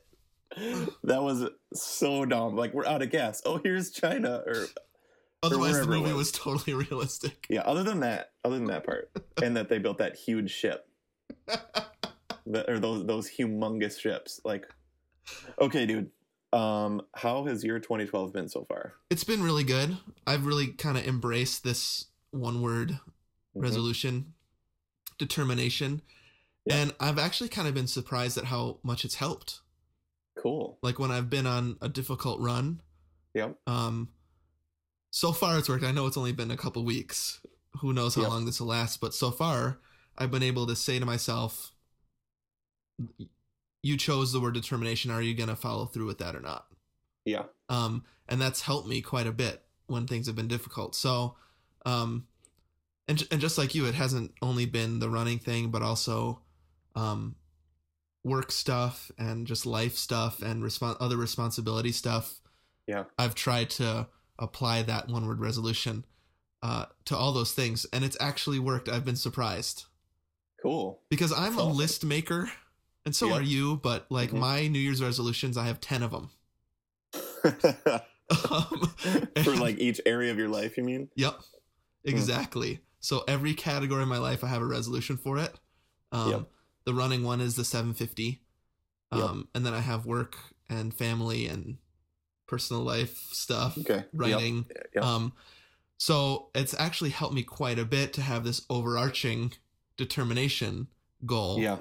Speaker 2: that was so dumb. Like we're out of gas. Oh, here's China or
Speaker 1: Otherwise, the
Speaker 2: wherever it
Speaker 1: movie was
Speaker 2: was.
Speaker 1: totally realistic.
Speaker 2: Yeah, other than that, other than that part, and that they built that huge ship, the, or those those humongous ships. Like, okay, dude, um, how has your 2012 been so far?
Speaker 1: It's been really good. I've really kind of embraced this one word
Speaker 2: Mhm.
Speaker 1: resolution, determination.
Speaker 2: Yeah.
Speaker 1: And I've actually kind of been surprised at how much it's helped.
Speaker 2: Cool.
Speaker 1: Like when I've been on a difficult run,
Speaker 2: Yep.
Speaker 1: um so far it's worked. I know it's only been a couple weeks. Who knows how
Speaker 2: Yeah.
Speaker 1: long this will last, but so far I've been able to say to myself you chose the word determination, are you going to follow through with that or not?
Speaker 2: Yeah.
Speaker 1: um, and that's helped me quite a bit when things have been difficult. So, um, and and just like you, it hasn't only been the running thing, but also um, work stuff and just life stuff and respon other responsibility stuff.
Speaker 2: Yeah.
Speaker 1: I've tried to apply that one word resolution uh, to all those things, and it's actually worked. I've been surprised
Speaker 2: Cool.
Speaker 1: because I'm
Speaker 2: That's
Speaker 1: a
Speaker 2: awesome.
Speaker 1: list maker, and so
Speaker 2: Yeah.
Speaker 1: are you. But like
Speaker 2: Mhm.
Speaker 1: my New Year's resolutions, I have ten of them. Um,
Speaker 2: For like each area of your life, you mean?
Speaker 1: Yep, exactly. So every category in my life, I have a resolution for it. Um,
Speaker 2: Yep.
Speaker 1: The running one is the 750,
Speaker 2: Yep.
Speaker 1: um, and then I have work and family and personal life stuff,
Speaker 2: Okay. Yep.
Speaker 1: writing.
Speaker 2: Yep.
Speaker 1: Um, so it's actually helped me quite a bit to have this overarching determination goal.
Speaker 2: Yeah.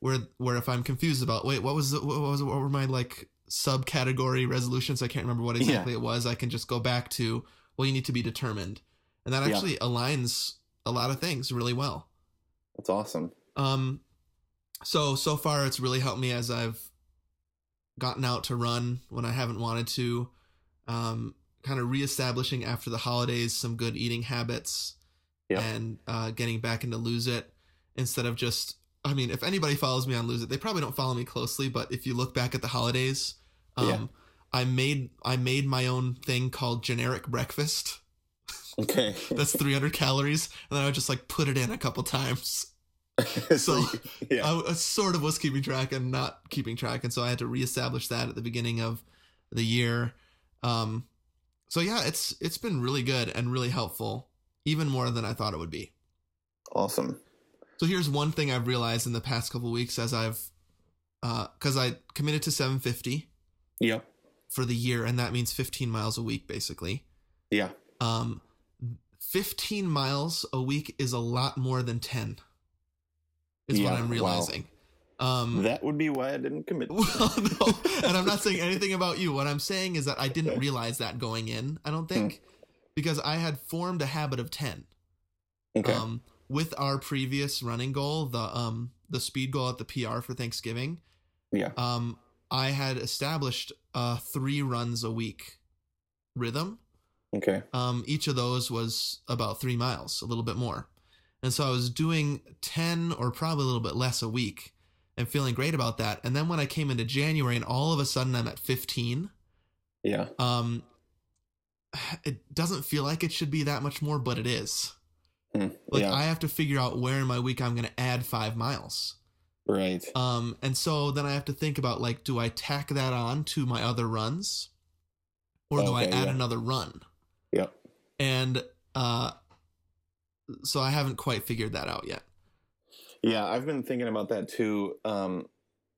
Speaker 1: Where where if I'm confused about wait what was the, what was what were my like subcategory resolutions I can't remember what
Speaker 2: Yeah.
Speaker 1: exactly it was I can just go back to well you need to be determined and that
Speaker 2: Yeah.
Speaker 1: actually aligns a lot of things really well.
Speaker 2: That's awesome.
Speaker 1: Um, so so far it's really helped me as I've gotten out to run when I haven't wanted to, um, kind of reestablishing after the holidays some good eating habits
Speaker 2: Yeah.
Speaker 1: and uh, getting back into lose it instead of just i mean if anybody follows me on lose it they probably don't follow me closely but if you look back at the holidays um,
Speaker 2: Yeah.
Speaker 1: i made i made my own thing called generic breakfast
Speaker 2: Okay.
Speaker 1: that's 300 calories and then i would just like put it in a couple times so uh,
Speaker 2: yeah.
Speaker 1: I, I sort of was keeping track and not keeping track, and so I had to reestablish that at the beginning of the year. Um, so yeah, it's it's been really good and really helpful, even more than I thought it would be.
Speaker 2: awesome.
Speaker 1: So here's one thing I've realized in the past couple weeks as I've, because I committed to 750
Speaker 2: Yep.
Speaker 1: for the year, and that means 15 miles a week basically.
Speaker 2: Yeah.
Speaker 1: Um, 15 miles a week is a lot more than 10. Is
Speaker 2: Yeah,
Speaker 1: what I'm
Speaker 2: wow.
Speaker 1: realizing. Um,
Speaker 2: That would be why I didn't commit.
Speaker 1: Well, no, and I'm not saying anything about you. What I'm saying is that I didn't realize that going in. I don't think because I had formed a habit of ten.
Speaker 2: Okay.
Speaker 1: Um, with our previous running goal, the um the speed goal at the PR for Thanksgiving,
Speaker 2: yeah.
Speaker 1: um, I had established uh three runs a week rhythm.
Speaker 2: Okay.
Speaker 1: Um, each of those was about three miles, a little bit more, and so I was doing ten or probably a little bit less a week, and feeling great about that. And then when I came into January, and all of a sudden I'm at fifteen.
Speaker 2: Yeah.
Speaker 1: Um, it doesn't feel like it should be that much more, but it is.
Speaker 2: Hmm.
Speaker 1: Like
Speaker 2: yeah.
Speaker 1: I have to figure out where in my week I'm going to add five miles.
Speaker 2: right.
Speaker 1: Um, and so then I have to think about like, do I tack that on to my other runs, or do I
Speaker 2: Okay,
Speaker 1: add
Speaker 2: yeah.
Speaker 1: another run?
Speaker 2: Yep.
Speaker 1: And uh, so I haven't quite figured that out yet.
Speaker 2: Yeah, I've been thinking about that too. Um,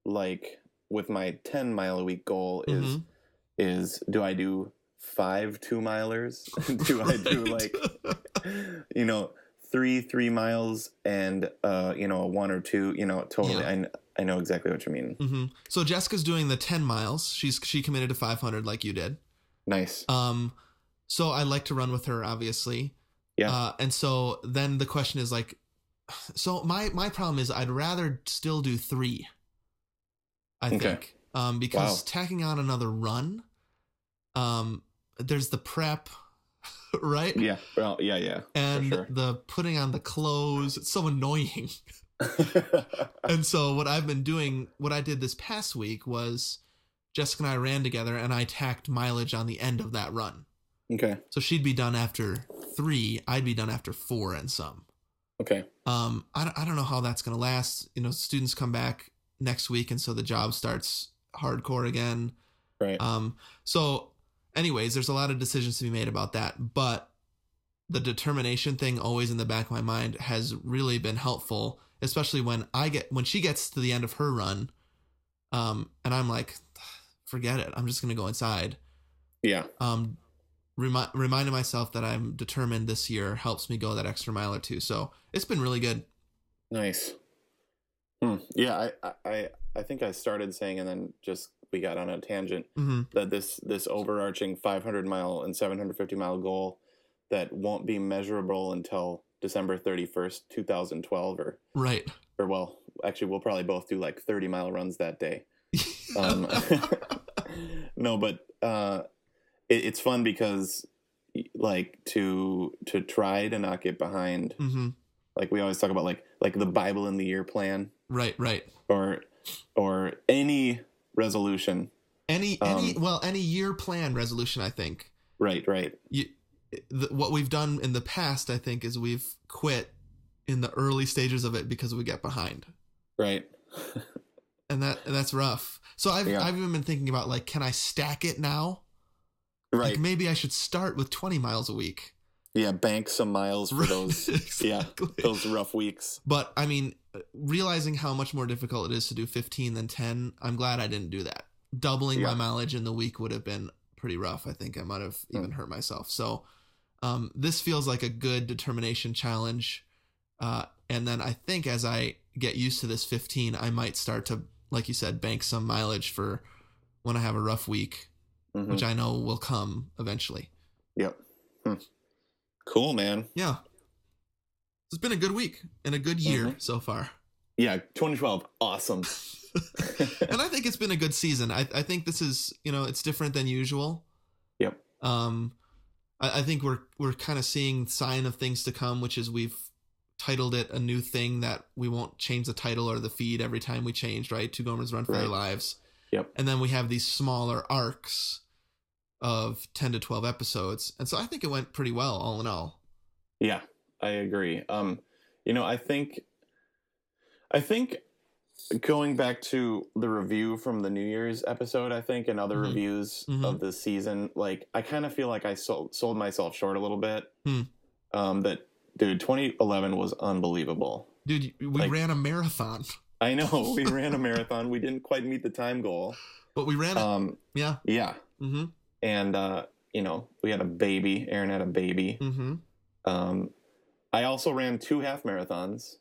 Speaker 2: like with my ten mile a week goal is
Speaker 1: Mhm.
Speaker 2: is do I do five two milers? do I do
Speaker 1: Right.
Speaker 2: like you know three three miles and uh you know a one or two? You know totally.
Speaker 1: Yeah.
Speaker 2: I kn- I know exactly what you mean.
Speaker 1: hmm So Jessica's doing the ten miles. She's she committed to 500 like you did.
Speaker 2: Nice.
Speaker 1: Um, so I like to run with her, obviously.
Speaker 2: Yeah.
Speaker 1: Uh, and so then the question is like, so my my problem is I'd rather still do three. I
Speaker 2: Okay.
Speaker 1: think um, because
Speaker 2: Wow.
Speaker 1: tacking on another run, um, there's the prep, right?
Speaker 2: Yeah. Well. Yeah. Yeah.
Speaker 1: and
Speaker 2: sure.
Speaker 1: the putting on the clothes. It's so annoying. and so what I've been doing, what I did this past week was, Jessica and I ran together, and I tacked mileage on the end of that run.
Speaker 2: okay.
Speaker 1: So she'd be done after three. I'd be done after four and some.
Speaker 2: Okay.
Speaker 1: Um, I don't, I don't know how that's going to last. You know, students come back next week, and so the job starts hardcore again.
Speaker 2: Right.
Speaker 1: Um, so, anyways, there's a lot of decisions to be made about that. But the determination thing, always in the back of my mind, has really been helpful, especially when I get when she gets to the end of her run, um, and I'm like, forget it. I'm just going to go inside
Speaker 2: yeah.
Speaker 1: um remi- reminding myself that I'm determined this year helps me go that extra mile or two. So it's been really good.
Speaker 2: Nice. Hmm. Yeah. I- I. I. I think I started saying, and then just we got on a tangent.
Speaker 1: Mm-hmm.
Speaker 2: that this this overarching 500 mile and 750 mile goal that won't be measurable until December 31st, 2012, or
Speaker 1: Right.
Speaker 2: or well, actually, we'll probably both do like 30 mile runs that day. Um, no, but uh, it, it's fun because like to to try to not get behind.
Speaker 1: hmm
Speaker 2: Like we always talk about, like like the Bible in the year plan
Speaker 1: Right. Right.
Speaker 2: or or any resolution.
Speaker 1: Any any
Speaker 2: Um,
Speaker 1: well any year plan resolution I think
Speaker 2: Right, right.
Speaker 1: you the, what we've done in the past I think is we've quit in the early stages of it because we get behind
Speaker 2: Right.
Speaker 1: and that and that's rough. So I've
Speaker 2: Yeah.
Speaker 1: I've even been thinking about like can I stack it now?
Speaker 2: Right.
Speaker 1: Like maybe I should start with 20 miles a week.
Speaker 2: Yeah, bank some miles for those yeah,
Speaker 1: Exactly.
Speaker 2: those rough weeks.
Speaker 1: But I mean, realizing how much more difficult it is to do 15 than 10, I'm glad I didn't do that. Doubling my
Speaker 2: Yeah.
Speaker 1: mileage in the week would have been pretty rough. I think I might have even hurt myself. So um, this feels like a good determination challenge. Uh, and then I think as I get used to this 15, I might start to, like you said, bank some mileage for when I have a rough week,
Speaker 2: Mhm.
Speaker 1: which I know will come eventually.
Speaker 2: Yep. Hmm. Cool, man.
Speaker 1: Yeah. It's been a good week and a good year so far.
Speaker 2: Yeah, 2012, awesome.
Speaker 1: and I think it's been a good season. I, I think this is, you know, it's different than usual.
Speaker 2: Yep.
Speaker 1: Um, I, I think we're we're kind of seeing sign of things to come, which is we've titled it a new thing that we won't change the title or the feed every time we change, right? Two Gomers Run for Their
Speaker 2: Right.
Speaker 1: Lives.
Speaker 2: Yep.
Speaker 1: And then we have these smaller arcs of 10 to 12 episodes. And so I think it went pretty well, all in all.
Speaker 2: Yeah, I agree. Um, you know, I think, I think, going back to the review from the New Year's episode, I think, and other
Speaker 1: Mhm.
Speaker 2: reviews
Speaker 1: Mhm.
Speaker 2: of the season, like I kind of feel like I sold sold myself short a little bit.
Speaker 1: Hmm.
Speaker 2: Um, that dude, 2011 was unbelievable.
Speaker 1: Dude, we
Speaker 2: Like-
Speaker 1: ran a marathon,
Speaker 2: I know we ran a marathon. We didn't quite meet the time goal.
Speaker 1: but we ran it.
Speaker 2: Um,
Speaker 1: yeah.
Speaker 2: yeah,
Speaker 1: Mm
Speaker 2: and uh, you know, we had a baby. Aaron had a baby.
Speaker 1: hmm. Mm hmm.
Speaker 2: Um, I also ran two half marathons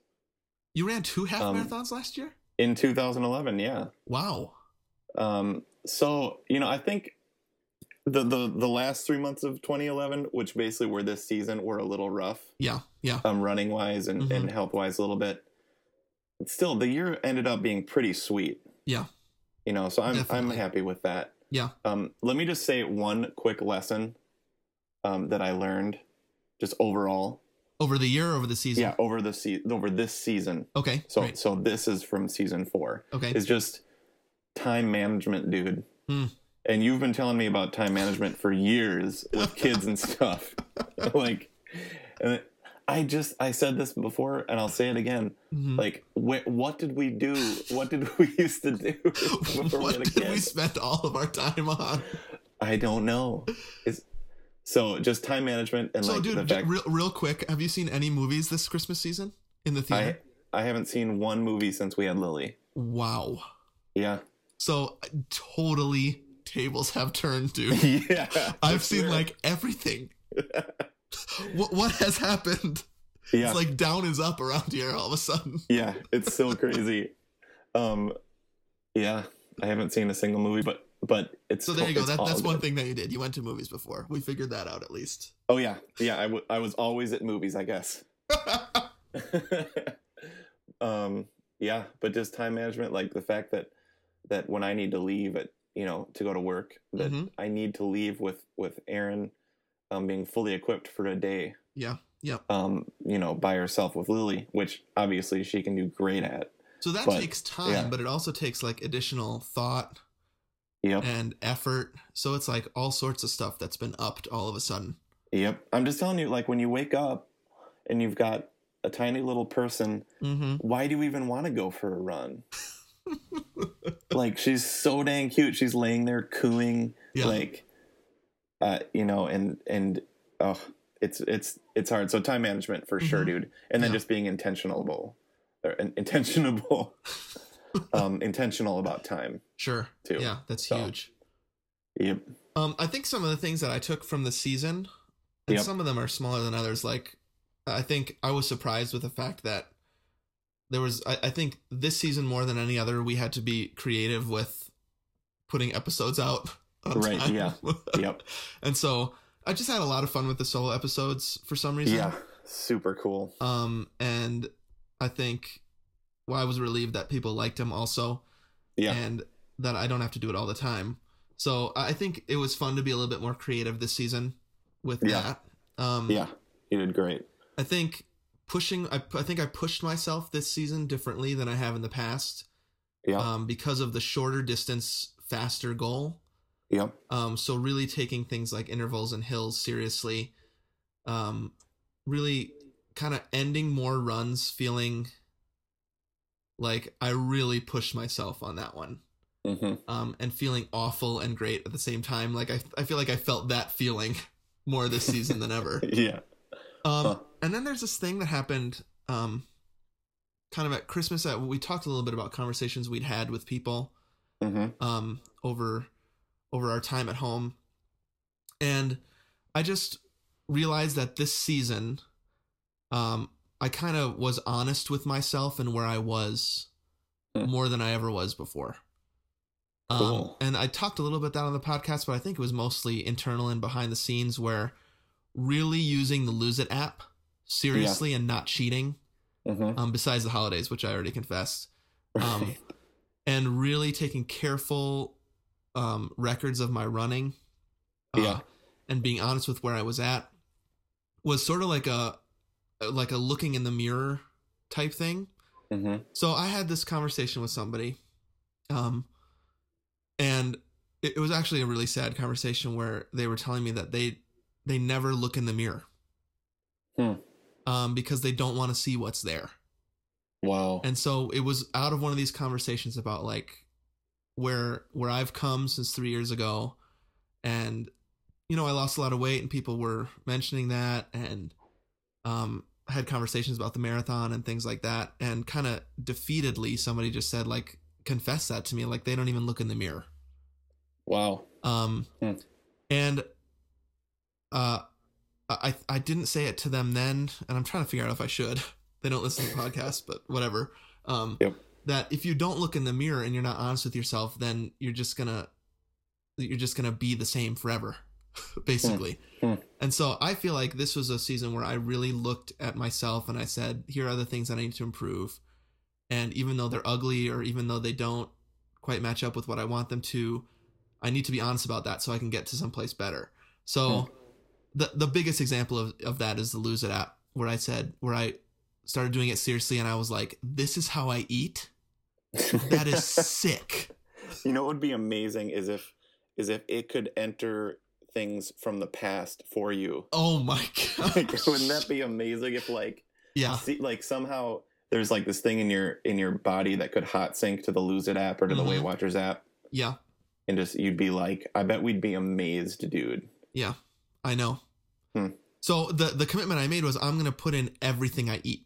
Speaker 1: You ran two half
Speaker 2: Um,
Speaker 1: marathons last year?
Speaker 2: in 2011. Yeah.
Speaker 1: Wow.
Speaker 2: Um, so you know, I think the the the last three months of 2011, which basically were this season, were a little rough,
Speaker 1: Yeah. Yeah.
Speaker 2: um, running wise and,
Speaker 1: Mhm.
Speaker 2: and health wise a little bit. But Still, the year ended up being pretty sweet.
Speaker 1: Yeah.
Speaker 2: You know, so I'm
Speaker 1: Definitely.
Speaker 2: I'm happy with that.
Speaker 1: Yeah.
Speaker 2: Um, let me just say one quick lesson um, that I learned, just overall.
Speaker 1: Over the year, over the season.
Speaker 2: Yeah, over the se- over this season.
Speaker 1: Okay.
Speaker 2: So
Speaker 1: great.
Speaker 2: so this is from season four
Speaker 1: Okay.
Speaker 2: is just time management, dude.
Speaker 1: Hmm.
Speaker 2: And you've been telling me about time management for years with kids and stuff. like, and I just I said this before, and I'll say it again.
Speaker 1: Mhm.
Speaker 2: Like, wh- what did we do? What did we used to do before we
Speaker 1: what
Speaker 2: had a
Speaker 1: did we
Speaker 2: kid?
Speaker 1: spend all of our time on?
Speaker 2: I don't know. It's, so just time management and
Speaker 1: so,
Speaker 2: like
Speaker 1: dude,
Speaker 2: the
Speaker 1: j-
Speaker 2: fact
Speaker 1: real, real quick, have you seen any movies this Christmas season in the
Speaker 2: I
Speaker 1: theater?
Speaker 2: I haven't seen one movie since we had Lily.
Speaker 1: wow.
Speaker 2: Yeah,
Speaker 1: So, totally tables have turned, dude.
Speaker 2: yeah. I
Speaker 1: I've seen
Speaker 2: swear.
Speaker 1: like everything. what, what has happened?
Speaker 2: yeah.
Speaker 1: It's like down is up around here all of a sudden.
Speaker 2: yeah it's so crazy um yeah i haven't seen a single movie but but it's
Speaker 1: So there you go.
Speaker 2: it's
Speaker 1: That,
Speaker 2: all
Speaker 1: that's one
Speaker 2: good.
Speaker 1: thing that you did. You went to movies before. We figured that out at least.
Speaker 2: oh yeah yeah I wa- I was always at movies i guess um yeah but just time management like the fact that that when i need to leave at you know to go to work that
Speaker 1: Mhm.
Speaker 2: i need to leave with with aaron um being fully equipped for a day
Speaker 1: Yeah, yeah.
Speaker 2: um you know by herself with lily which obviously she can do great at
Speaker 1: so that
Speaker 2: But,
Speaker 1: takes time,
Speaker 2: yeah.
Speaker 1: but it also takes like additional thought
Speaker 2: yep
Speaker 1: and effort. So it's like all sorts of stuff that's been upped all of a sudden.
Speaker 2: Yep. I'm just telling you, like when you wake up and you've got a tiny little person,
Speaker 1: Mm-hmm.
Speaker 2: why do you even want to go for a run? like she's so dang cute. She's laying there cooing,
Speaker 1: Yeah.
Speaker 2: like, uh, you know, and and oh, it's it's it's hard. So time management for sure,
Speaker 1: Mhm.
Speaker 2: dude. And then
Speaker 1: Yeah.
Speaker 2: just being intentionable, or in- intentionable, um, intentional about time.
Speaker 1: sure.
Speaker 2: too.
Speaker 1: Yeah, that's
Speaker 2: So.
Speaker 1: huge.
Speaker 2: Yep.
Speaker 1: Um, I think some of the things that I took from the season, and
Speaker 2: Yep.
Speaker 1: some of them are smaller than others. Like, I think I was surprised with the fact that there was. I, I think this season more than any other, we had to be creative with putting episodes out. On
Speaker 2: Right,
Speaker 1: time.
Speaker 2: yeah. Yep.
Speaker 1: and so I just had a lot of fun with the solo episodes for some reason.
Speaker 2: yeah. Super cool.
Speaker 1: Um, and I think well, I was relieved that people liked him also
Speaker 2: Yeah.
Speaker 1: and that I don't have to do it all the time. So I I think it was fun to be a little bit more creative this season with
Speaker 2: Yeah.
Speaker 1: that. Um,
Speaker 2: yeah. You did great.
Speaker 1: I think pushing. I, I think I pushed myself this season differently than I have in the past
Speaker 2: Yeah.
Speaker 1: um, because of the shorter distance, faster goal.
Speaker 2: yep.
Speaker 1: Um, so really taking things like intervals and hills seriously. Um, really kind of ending more runs, feeling like I really pushed myself on that one
Speaker 2: hmm
Speaker 1: um, and feeling awful and great at the same time. Like I, I feel like I felt that feeling more this season than ever.
Speaker 2: Yeah.
Speaker 1: Um,
Speaker 2: Huh.
Speaker 1: And then there's this thing that happened, um, kind of at Christmas. That we talked a little bit about conversations we'd had with people
Speaker 2: hmm
Speaker 1: um, over over our time at home, and I just realized that this season, um, I kind of was honest with myself and where I was
Speaker 2: Hmm.
Speaker 1: more than I ever was before. Um,
Speaker 2: Cool.
Speaker 1: And I talked a little bit that on the podcast, but I think it was mostly internal and behind the scenes where really using the Lose It app seriously and not cheating
Speaker 2: hmm
Speaker 1: um, besides the holidays, which I already confessed, um, and really taking careful um, records of my running.
Speaker 2: Yeah.
Speaker 1: and being honest with where I was at was sort of like a like a looking in the mirror type thing.
Speaker 2: hmm
Speaker 1: So I had this conversation with somebody, um, and it, it was actually a really sad conversation where they were telling me that they they never look in the mirror,
Speaker 2: Hmm.
Speaker 1: um, because they don't want to see what's there.
Speaker 2: Wow.
Speaker 1: And so it was out of one of these conversations about like where where I've come since three years ago, and you know I lost a lot of weight, and people were mentioning that, and um, I had conversations about the marathon and things like that, and kind of defeatedly somebody just said like confess that to me, like they don't even look in the mirror.
Speaker 2: wow.
Speaker 1: Um,
Speaker 2: Hmm.
Speaker 1: and uh, I I didn't say it to them then, and I'm trying to figure out if I should. They don't listen to podcasts, but whatever. Um,
Speaker 2: Yep.
Speaker 1: That if you don't look in the mirror and you're not honest with yourself, then you're just gonna you're just gonna be the same forever, basically.
Speaker 2: Hmm.
Speaker 1: And so I feel like this was a season where I really looked at myself and I said, here are the things that I need to improve. And even though they're ugly or even though they don't quite match up with what I want them to, I need to be honest about that so I can get to someplace better. So
Speaker 2: Hmm.
Speaker 1: the the biggest example of, of that is the lose it app where I said where I started doing it seriously and I was like, this is how I eat. That is sick.
Speaker 2: You know what would be amazing is if is if it could enter things from the past for you.
Speaker 1: Oh my god.
Speaker 2: Like, wouldn't that be amazing if like
Speaker 1: yeah.
Speaker 2: see, like somehow there's like this thing in your in your body that could hot sync to the Lose It app or to the
Speaker 1: Mhm.
Speaker 2: Weight Watchers app
Speaker 1: Yeah.
Speaker 2: and just you'd be like, I bet we'd be amazed, dude.
Speaker 1: I know.
Speaker 2: Hmm.
Speaker 1: So the the commitment I made was I'm gonna put in everything I eat.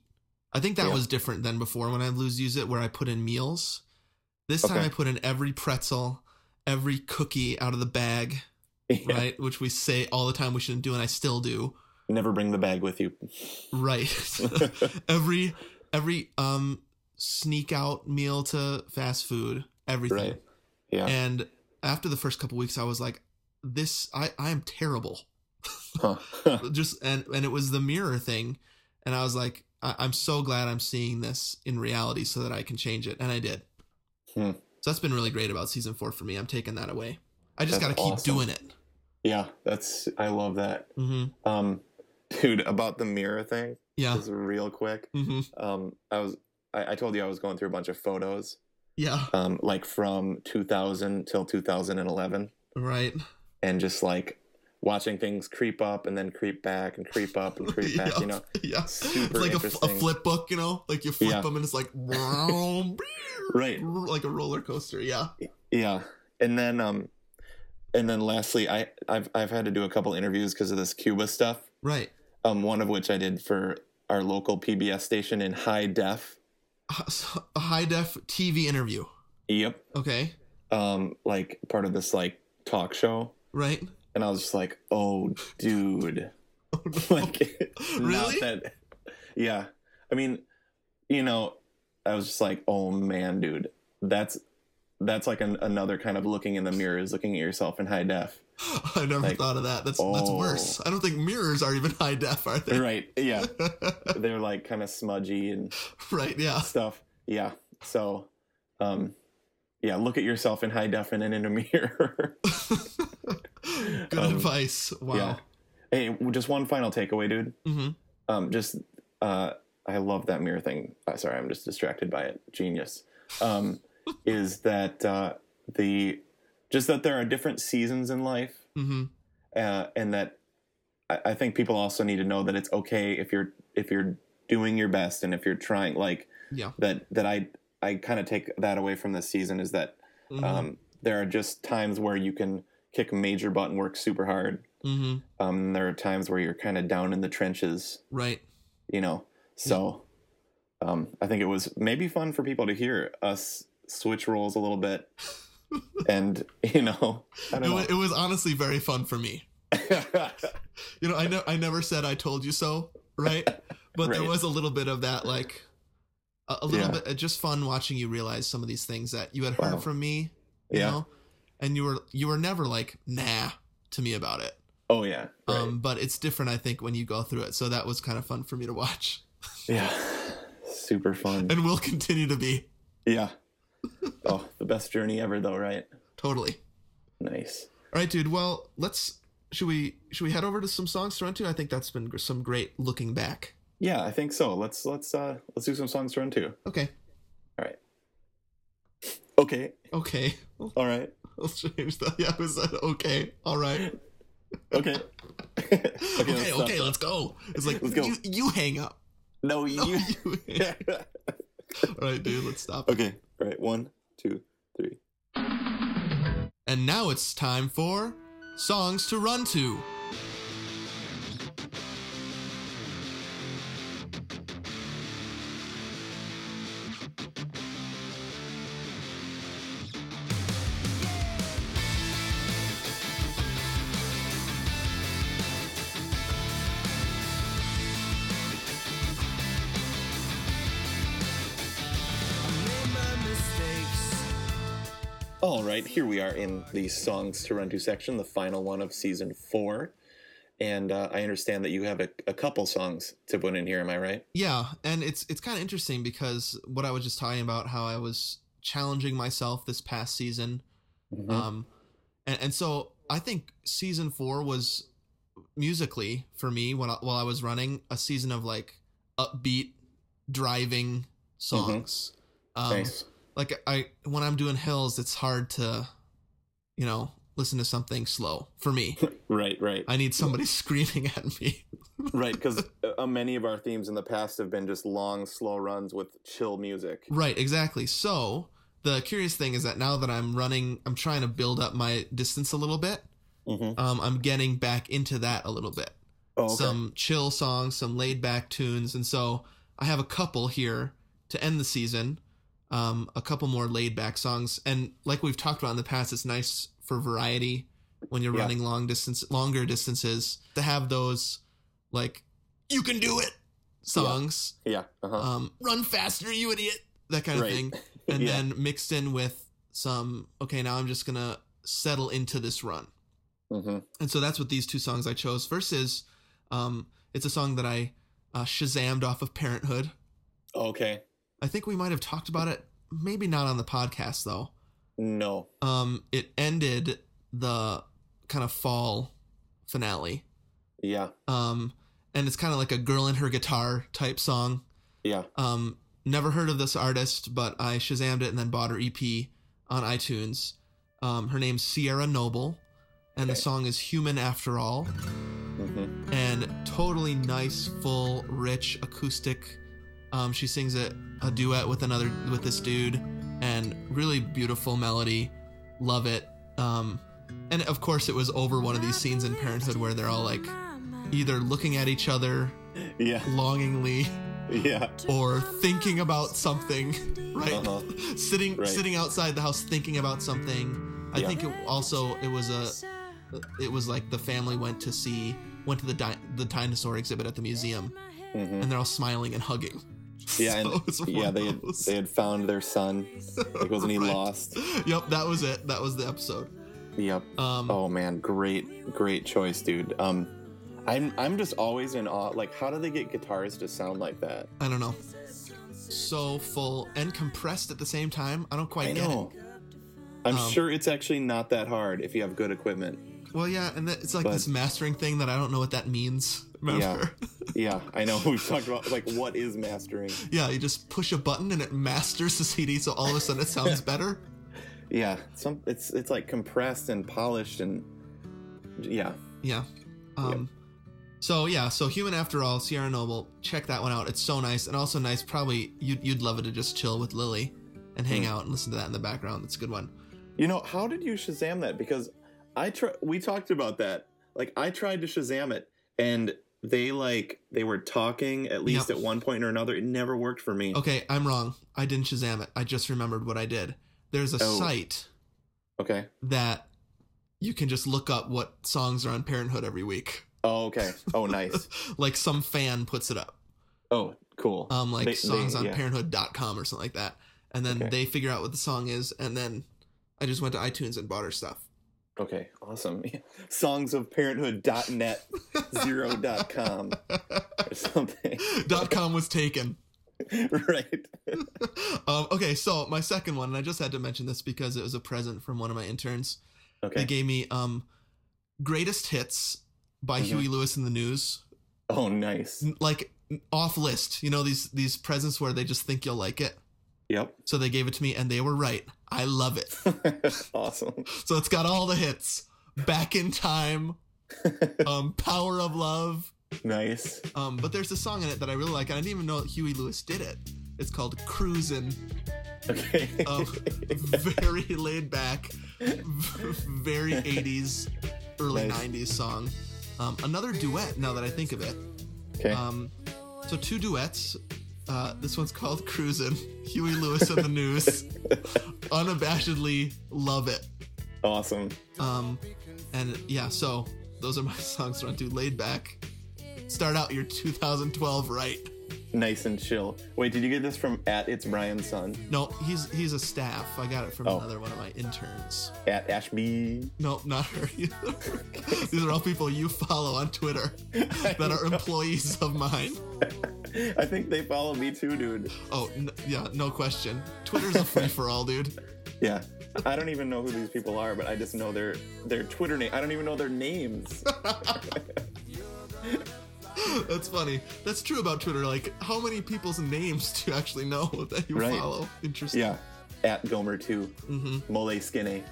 Speaker 1: I think that
Speaker 2: Yeah.
Speaker 1: was different than before when I lose use it where I put in meals. This time
Speaker 2: Okay.
Speaker 1: I put in every pretzel, every cookie out of the bag,
Speaker 2: Yeah.
Speaker 1: right? Which we say all the time we shouldn't do and I still do.
Speaker 2: Never bring the bag with you.
Speaker 1: Right. every every um sneak out meal to fast food, everything.
Speaker 2: right. Yeah.
Speaker 1: And after the first couple weeks I was like, this I, I am terrible.
Speaker 2: Huh.
Speaker 1: just and and it was the mirror thing and i was like I, i'm so glad i'm seeing this in reality so that i can change it and i did
Speaker 2: Hmm.
Speaker 1: so that's been really great about season four for me i'm taking that away i just
Speaker 2: That's
Speaker 1: gotta keep
Speaker 2: awesome.
Speaker 1: doing it
Speaker 2: yeah, that's I love that.
Speaker 1: hmm
Speaker 2: Um dude, about the mirror thing,
Speaker 1: yeah
Speaker 2: just real quick.
Speaker 1: hmm
Speaker 2: Um I was I, I told you I was going through a bunch of photos,
Speaker 1: yeah
Speaker 2: um, like from 2000 till 2011,
Speaker 1: right
Speaker 2: and just like watching things creep up and then creep back and creep up and creep back, you know?
Speaker 1: yeah
Speaker 2: Super
Speaker 1: it's like a f- a,
Speaker 2: interesting.
Speaker 1: flip book you know like you flip
Speaker 2: Yeah.
Speaker 1: them and it's like right
Speaker 2: Right.
Speaker 1: like a roller coaster yeah
Speaker 2: Yeah, and then um, and then lastly, I I've I've had to do a couple interviews because of this Cuba stuff.
Speaker 1: right
Speaker 2: Um, one of which I did for our local PBS station in high def.
Speaker 1: Uh, so- a high def tv interview
Speaker 2: Yep.
Speaker 1: okay
Speaker 2: Um, like part of this like talk show,
Speaker 1: right
Speaker 2: and I was just like, oh, dude,
Speaker 1: Oh, no.
Speaker 2: like
Speaker 1: Really?
Speaker 2: not that. Yeah, I mean, you know, I was just like, oh man, dude, that's that's like an, another kind of looking in the mirror is looking at yourself in high def.
Speaker 1: I never
Speaker 2: Like,
Speaker 1: thought of that. That's that's
Speaker 2: oh.
Speaker 1: worse. I don't think mirrors are even high def, are they?
Speaker 2: Right. Yeah. They're like kind of smudgy and
Speaker 1: right. Yeah.
Speaker 2: stuff. Yeah. So, um, yeah, look at yourself in high def and then in a mirror.
Speaker 1: Good
Speaker 2: Um,
Speaker 1: advice. Wow.
Speaker 2: Yeah. Hey, just one final takeaway, dude.
Speaker 1: hmm
Speaker 2: Um, just, uh, I love that mirror thing. Uh, sorry, I'm just distracted by it. Genius. Um, is that uh, the just that there are different seasons in life,
Speaker 1: hmm
Speaker 2: uh, and that I, I think people also need to know that it's okay if you're if you're doing your best and if you're trying. Like
Speaker 1: Yeah.
Speaker 2: that that I I kind of take that away from this season is that
Speaker 1: hmm
Speaker 2: Um, there are just times where you can kick major butt and work super hard.
Speaker 1: hmm
Speaker 2: Um, and there are times where you're kind of down in the trenches,
Speaker 1: Right.
Speaker 2: you know. So um, I think it was maybe fun for people to hear us switch roles a little bit. and, you know, I
Speaker 1: It,
Speaker 2: don't
Speaker 1: wa- it was honestly very fun for me.
Speaker 2: know.
Speaker 1: You know, I ne- I never said I told you so, right? But there
Speaker 2: Right.
Speaker 1: was a little bit of that, like a, a little
Speaker 2: Yeah.
Speaker 1: bit, uh, just fun watching you realize some of these things that you had heard
Speaker 2: Wow.
Speaker 1: from me. You
Speaker 2: yeah.
Speaker 1: Know? And you were you were never like nah to me about it.
Speaker 2: Oh, yeah. Right.
Speaker 1: Um, but it's different, I think, when you go through it. So that was kind of fun for me to watch,
Speaker 2: yeah. Super fun.
Speaker 1: and will continue to be.
Speaker 2: Yeah. Oh, the best journey ever, though, right?
Speaker 1: Totally.
Speaker 2: Nice.
Speaker 1: All right, dude. Well, let's Should we should we head over to some songs to run to? I think that's been gr- some great looking back.
Speaker 2: Yeah, I think so. Let's let's uh let's do some songs to run to.
Speaker 1: Okay,
Speaker 2: All right. Okay.
Speaker 1: okay, I'll,
Speaker 2: All right.
Speaker 1: I'll change that. Yeah, I was uh, okay, all right,
Speaker 2: Okay. okay.
Speaker 1: okay,
Speaker 2: let's
Speaker 1: okay,
Speaker 2: stop.
Speaker 1: let's go. It's like
Speaker 2: Let's go.
Speaker 1: you you hang up.
Speaker 2: No, you.
Speaker 1: You hang up. all right, dude, let's stop.
Speaker 2: okay. All right. One, two, three.
Speaker 1: And now it's time for songs to run to.
Speaker 2: All right, here we are in the songs to run to section, the final one of season four, and uh, I understand that you have a, a couple songs to put in here. Am I right?
Speaker 1: Yeah, and it's it's kind of interesting because what I was just talking about how I was challenging myself this past season
Speaker 2: Mm-hmm. Uh,
Speaker 1: Um, and, and so I think season four was musically for me when I, while I was running a season of like upbeat
Speaker 2: Mm-hmm.
Speaker 1: driving songs. Um,
Speaker 2: nice.
Speaker 1: Like I when I'm doing hills, it's hard to, you know, listen to something slow for me.
Speaker 2: Right, right,
Speaker 1: I need somebody screaming at me.
Speaker 2: right. Because uh, many of our themes in the past have been just long, slow runs with chill music.
Speaker 1: Right, exactly. So the curious thing is that now that I'm running, I'm trying to build up my distance a little bit.
Speaker 2: Mhm.
Speaker 1: Um, I'm getting back into that a little bit.
Speaker 2: Oh, okay.
Speaker 1: some chill songs, some laid back tunes, and so I have a couple here to end the season. Um, a couple more laid back songs, and like we've talked about in the past, it's nice for variety when you're
Speaker 2: Yeah.
Speaker 1: running long distance, longer distances to have those like "You can do it" songs,
Speaker 2: yeah. Uh-huh.
Speaker 1: um, "Run faster, you idiot," that kind of
Speaker 2: Right.
Speaker 1: thing, and
Speaker 2: Yeah.
Speaker 1: then mixed in with some okay, now I'm just gonna settle into this run.
Speaker 2: hmm
Speaker 1: And so that's what these two songs I chose. First is, um, it's a song that I uh, shazammed off of Parenthood.
Speaker 2: Okay.
Speaker 1: I think we might have talked about it, maybe not on the podcast though.
Speaker 2: No.
Speaker 1: Um, it ended the kind of fall finale,
Speaker 2: Yeah.
Speaker 1: um, and it's kind of like a girl and her guitar type song.
Speaker 2: Yeah.
Speaker 1: Um, never heard of this artist, but I shazammed it and then bought her EP on iTunes. Um, her name's Sierra Noble, and the
Speaker 2: Okay.
Speaker 1: song is "Human After All."
Speaker 2: hmm
Speaker 1: and totally nice, full, rich acoustic. Um, she sings a, a duet with another with this dude, and really beautiful melody. Love it. Um, and of course, it was over one of these scenes in Parenthood where they're all like either looking at each other
Speaker 2: Yeah.
Speaker 1: longingly
Speaker 2: Yeah.
Speaker 1: or thinking about something, right?
Speaker 2: Uh-huh.
Speaker 1: sitting
Speaker 2: Right.
Speaker 1: sitting outside the house thinking about something. I
Speaker 2: Yeah.
Speaker 1: think it also it was a it was like the family went to see went to the di- the dinosaur exhibit at the museum
Speaker 2: hmm
Speaker 1: and they're all smiling and hugging
Speaker 2: Yeah.
Speaker 1: So
Speaker 2: And,
Speaker 1: it's one
Speaker 2: yeah.
Speaker 1: of
Speaker 2: They had,
Speaker 1: those.
Speaker 2: they had found their son. Like, wasn't he
Speaker 1: Right.
Speaker 2: lost?
Speaker 1: yep that was it that was the episode
Speaker 2: Yep.
Speaker 1: um
Speaker 2: Oh man, great, great choice, dude. Um, I'm I'm just always in awe. Like, how do they get guitars to sound like that?
Speaker 1: i don't know so full and compressed at the same time i don't quite
Speaker 2: I
Speaker 1: get
Speaker 2: know. I'm
Speaker 1: Um,
Speaker 2: sure it's actually not that hard if you have good equipment.
Speaker 1: it well yeah and that, it's like
Speaker 2: But-
Speaker 1: this mastering thing that i don't know what that means remember
Speaker 2: Yeah, I know. We've talked about like what is mastering.
Speaker 1: yeah you just push a button and it masters the cd so all of a sudden it sounds better
Speaker 2: Yeah, some it's it's like compressed and polished and yeah.
Speaker 1: Yeah. Um, So yeah, so Human After All, Sierra Noble, check that one out. It's so nice and also nice. Probably you'd, you'd love it to just chill with Lily and hang
Speaker 2: Mm.
Speaker 1: out and listen to that in the background. It's a good one.
Speaker 2: You know, how did you Shazam that? Because I try we talked about that. Like I tried to Shazam it and they like they were talking at least
Speaker 1: Yep.
Speaker 2: at one point or another. It never worked for me.
Speaker 1: Okay, I'm wrong. I didn't Shazam it. I just remembered what I did. There's a
Speaker 2: Oh.
Speaker 1: site
Speaker 2: Okay.
Speaker 1: that you can just look up what songs are on Parenthood every week.
Speaker 2: Oh, okay. Oh, nice.
Speaker 1: Like some fan puts it up.
Speaker 2: Oh, cool.
Speaker 1: um, like
Speaker 2: They- they-
Speaker 1: songs on
Speaker 2: yeah.
Speaker 1: parenthood.com or something like that. And then
Speaker 2: Okay.
Speaker 1: they figure out what the song is. And then I just went to iTunes and bought her stuff.
Speaker 2: Okay, awesome. Songs of Parenthood.net, zero.com, or something.
Speaker 1: Dot com was taken.
Speaker 2: right.
Speaker 1: Um, okay, so my second one, and I just had to mention this because it was a present from one of my interns. They
Speaker 2: Okay.
Speaker 1: gave me um, greatest hits by
Speaker 2: Mm-hmm.
Speaker 1: Huey Lewis in the News,
Speaker 2: Oh, nice.
Speaker 1: n- like n- off list. You know these these presents where they just think you'll like it,
Speaker 2: Yep.
Speaker 1: so they gave it to me and they were right. I love it.
Speaker 2: awesome.
Speaker 1: So it's got all the hits. Back in time, um, Power of Love.
Speaker 2: Nice.
Speaker 1: Um, but there's a song in it that I really like, and I didn't even know Huey Lewis did it. It's called Cruisin'.
Speaker 2: Okay.
Speaker 1: Um, very laid back, very 80s, early
Speaker 2: Nice.
Speaker 1: 90s song. Um, another duet, now that I think of it.
Speaker 2: okay.
Speaker 1: Um, so, two duets. Uh, this one's called Cruisin', Huey Lewis and the News. Unabashedly love it.
Speaker 2: awesome.
Speaker 1: Um, and yeah, so those are my songs to run to. Laid back. Start out your 2012 right.
Speaker 2: Nice and chill. Wait, did you get this from at it's Brian's son
Speaker 1: No, he's he's a staff. I got it from
Speaker 2: Oh.
Speaker 1: another one of my interns.
Speaker 2: at Ashby?
Speaker 1: Nope, not her either. These are all people you follow on Twitter that are employees of mine.
Speaker 2: I think they follow me too, dude.
Speaker 1: Oh, n- yeah, no question. Twitter's a free for all, dude.
Speaker 2: Yeah. I don't even know who these people are, but I just know their their Twitter name. I don't even know their names.
Speaker 1: That's funny. That's true about Twitter. Like, how many people's names do you actually know that you
Speaker 2: Right.
Speaker 1: follow? Interesting.
Speaker 2: yeah. At Gomer too.
Speaker 1: Mm-hmm.
Speaker 2: Mole Skinny.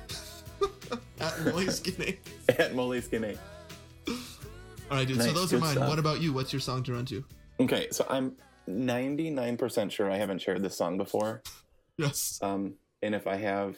Speaker 1: At Molly Skinny.
Speaker 2: At Mole Skinny.
Speaker 1: All right, dude. so
Speaker 2: Nice,
Speaker 1: those are
Speaker 2: good
Speaker 1: mine.
Speaker 2: stuff.
Speaker 1: What about you? What's your song to run to?
Speaker 2: Okay, so I'm 99% sure I haven't shared this song before.
Speaker 1: Yes.
Speaker 2: Um, and if I have,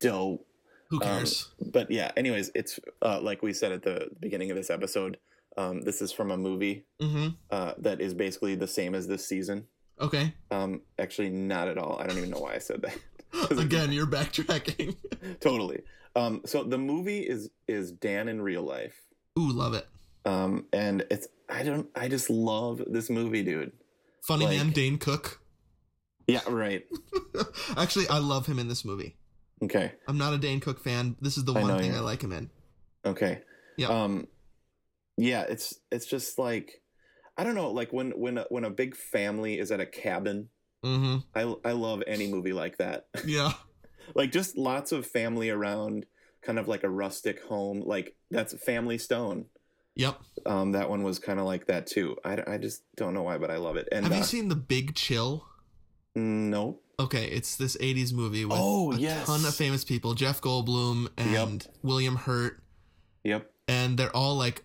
Speaker 2: dope.
Speaker 1: Who
Speaker 2: Um,
Speaker 1: cares?
Speaker 2: But yeah, anyways, it's uh, like we said at the beginning of this episode, um, this is from a movie
Speaker 1: mm-hmm.
Speaker 2: uh, that is basically the same as this season.
Speaker 1: Okay.
Speaker 2: Um, actually, not at all. I don't even know why I said that.
Speaker 1: Again, you're backtracking.
Speaker 2: totally. Um, so the movie is is Dan in real life,
Speaker 1: Ooh, love it.
Speaker 2: um, and it's I don't I just love this movie, dude.
Speaker 1: Funny
Speaker 2: Like-
Speaker 1: man, Dane Cook.
Speaker 2: Yeah, right.
Speaker 1: Actually, I love him in this movie.
Speaker 2: Okay,
Speaker 1: I'm not a Dane Cook fan. This is the
Speaker 2: I
Speaker 1: one
Speaker 2: know
Speaker 1: thing
Speaker 2: you're
Speaker 1: I
Speaker 2: not.
Speaker 1: like him in.
Speaker 2: okay.
Speaker 1: Yeah.
Speaker 2: Um, yeah. It's it's just like I don't know, like when when a, when a big family is at a cabin.
Speaker 1: hmm
Speaker 2: I I love any movie like that.
Speaker 1: Yeah.
Speaker 2: like just lots of family around, kind of like a rustic home. Like that's Family Stone.
Speaker 1: Yep.
Speaker 2: Um, that one was kind of like that too. I, I just don't know why, but I love it. And
Speaker 1: Have you
Speaker 2: uh,
Speaker 1: seen The Big Chill?
Speaker 2: no,
Speaker 1: Okay, it's this 80s movie with
Speaker 2: Oh,
Speaker 1: a
Speaker 2: yes.
Speaker 1: ton of famous people Jeff Goldblum and William Hurt.
Speaker 2: yep.
Speaker 1: And they're all like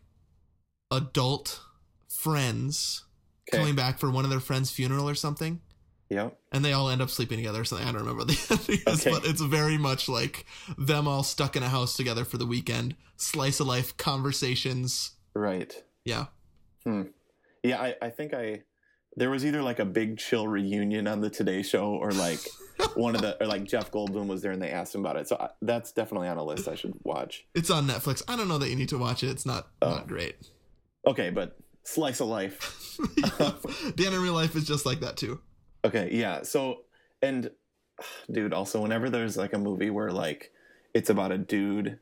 Speaker 1: adult friends
Speaker 2: Okay.
Speaker 1: coming back for one of their friends' funeral or something.
Speaker 2: Yep.
Speaker 1: And they all end up sleeping together or something. I don't remember what the ending is,
Speaker 2: Okay.
Speaker 1: but it's very much like them all stuck in a house together for the weekend, slice of life conversations.
Speaker 2: Right. Hmm.
Speaker 1: Yeah.
Speaker 2: Yeah. I, I think I there was either like a big chill reunion on the Today Show or like one of the or like Jeff Goldblum was there and they asked him about it. So I, that's definitely on a list I should watch.
Speaker 1: It's on Netflix. I don't know that you need to watch it. It's not
Speaker 2: Oh.
Speaker 1: not great.
Speaker 2: Okay, but slice of life.
Speaker 1: Dan in real life is just like that too.
Speaker 2: Okay, yeah. So, and dude, also whenever there's like a movie where like it's about a dude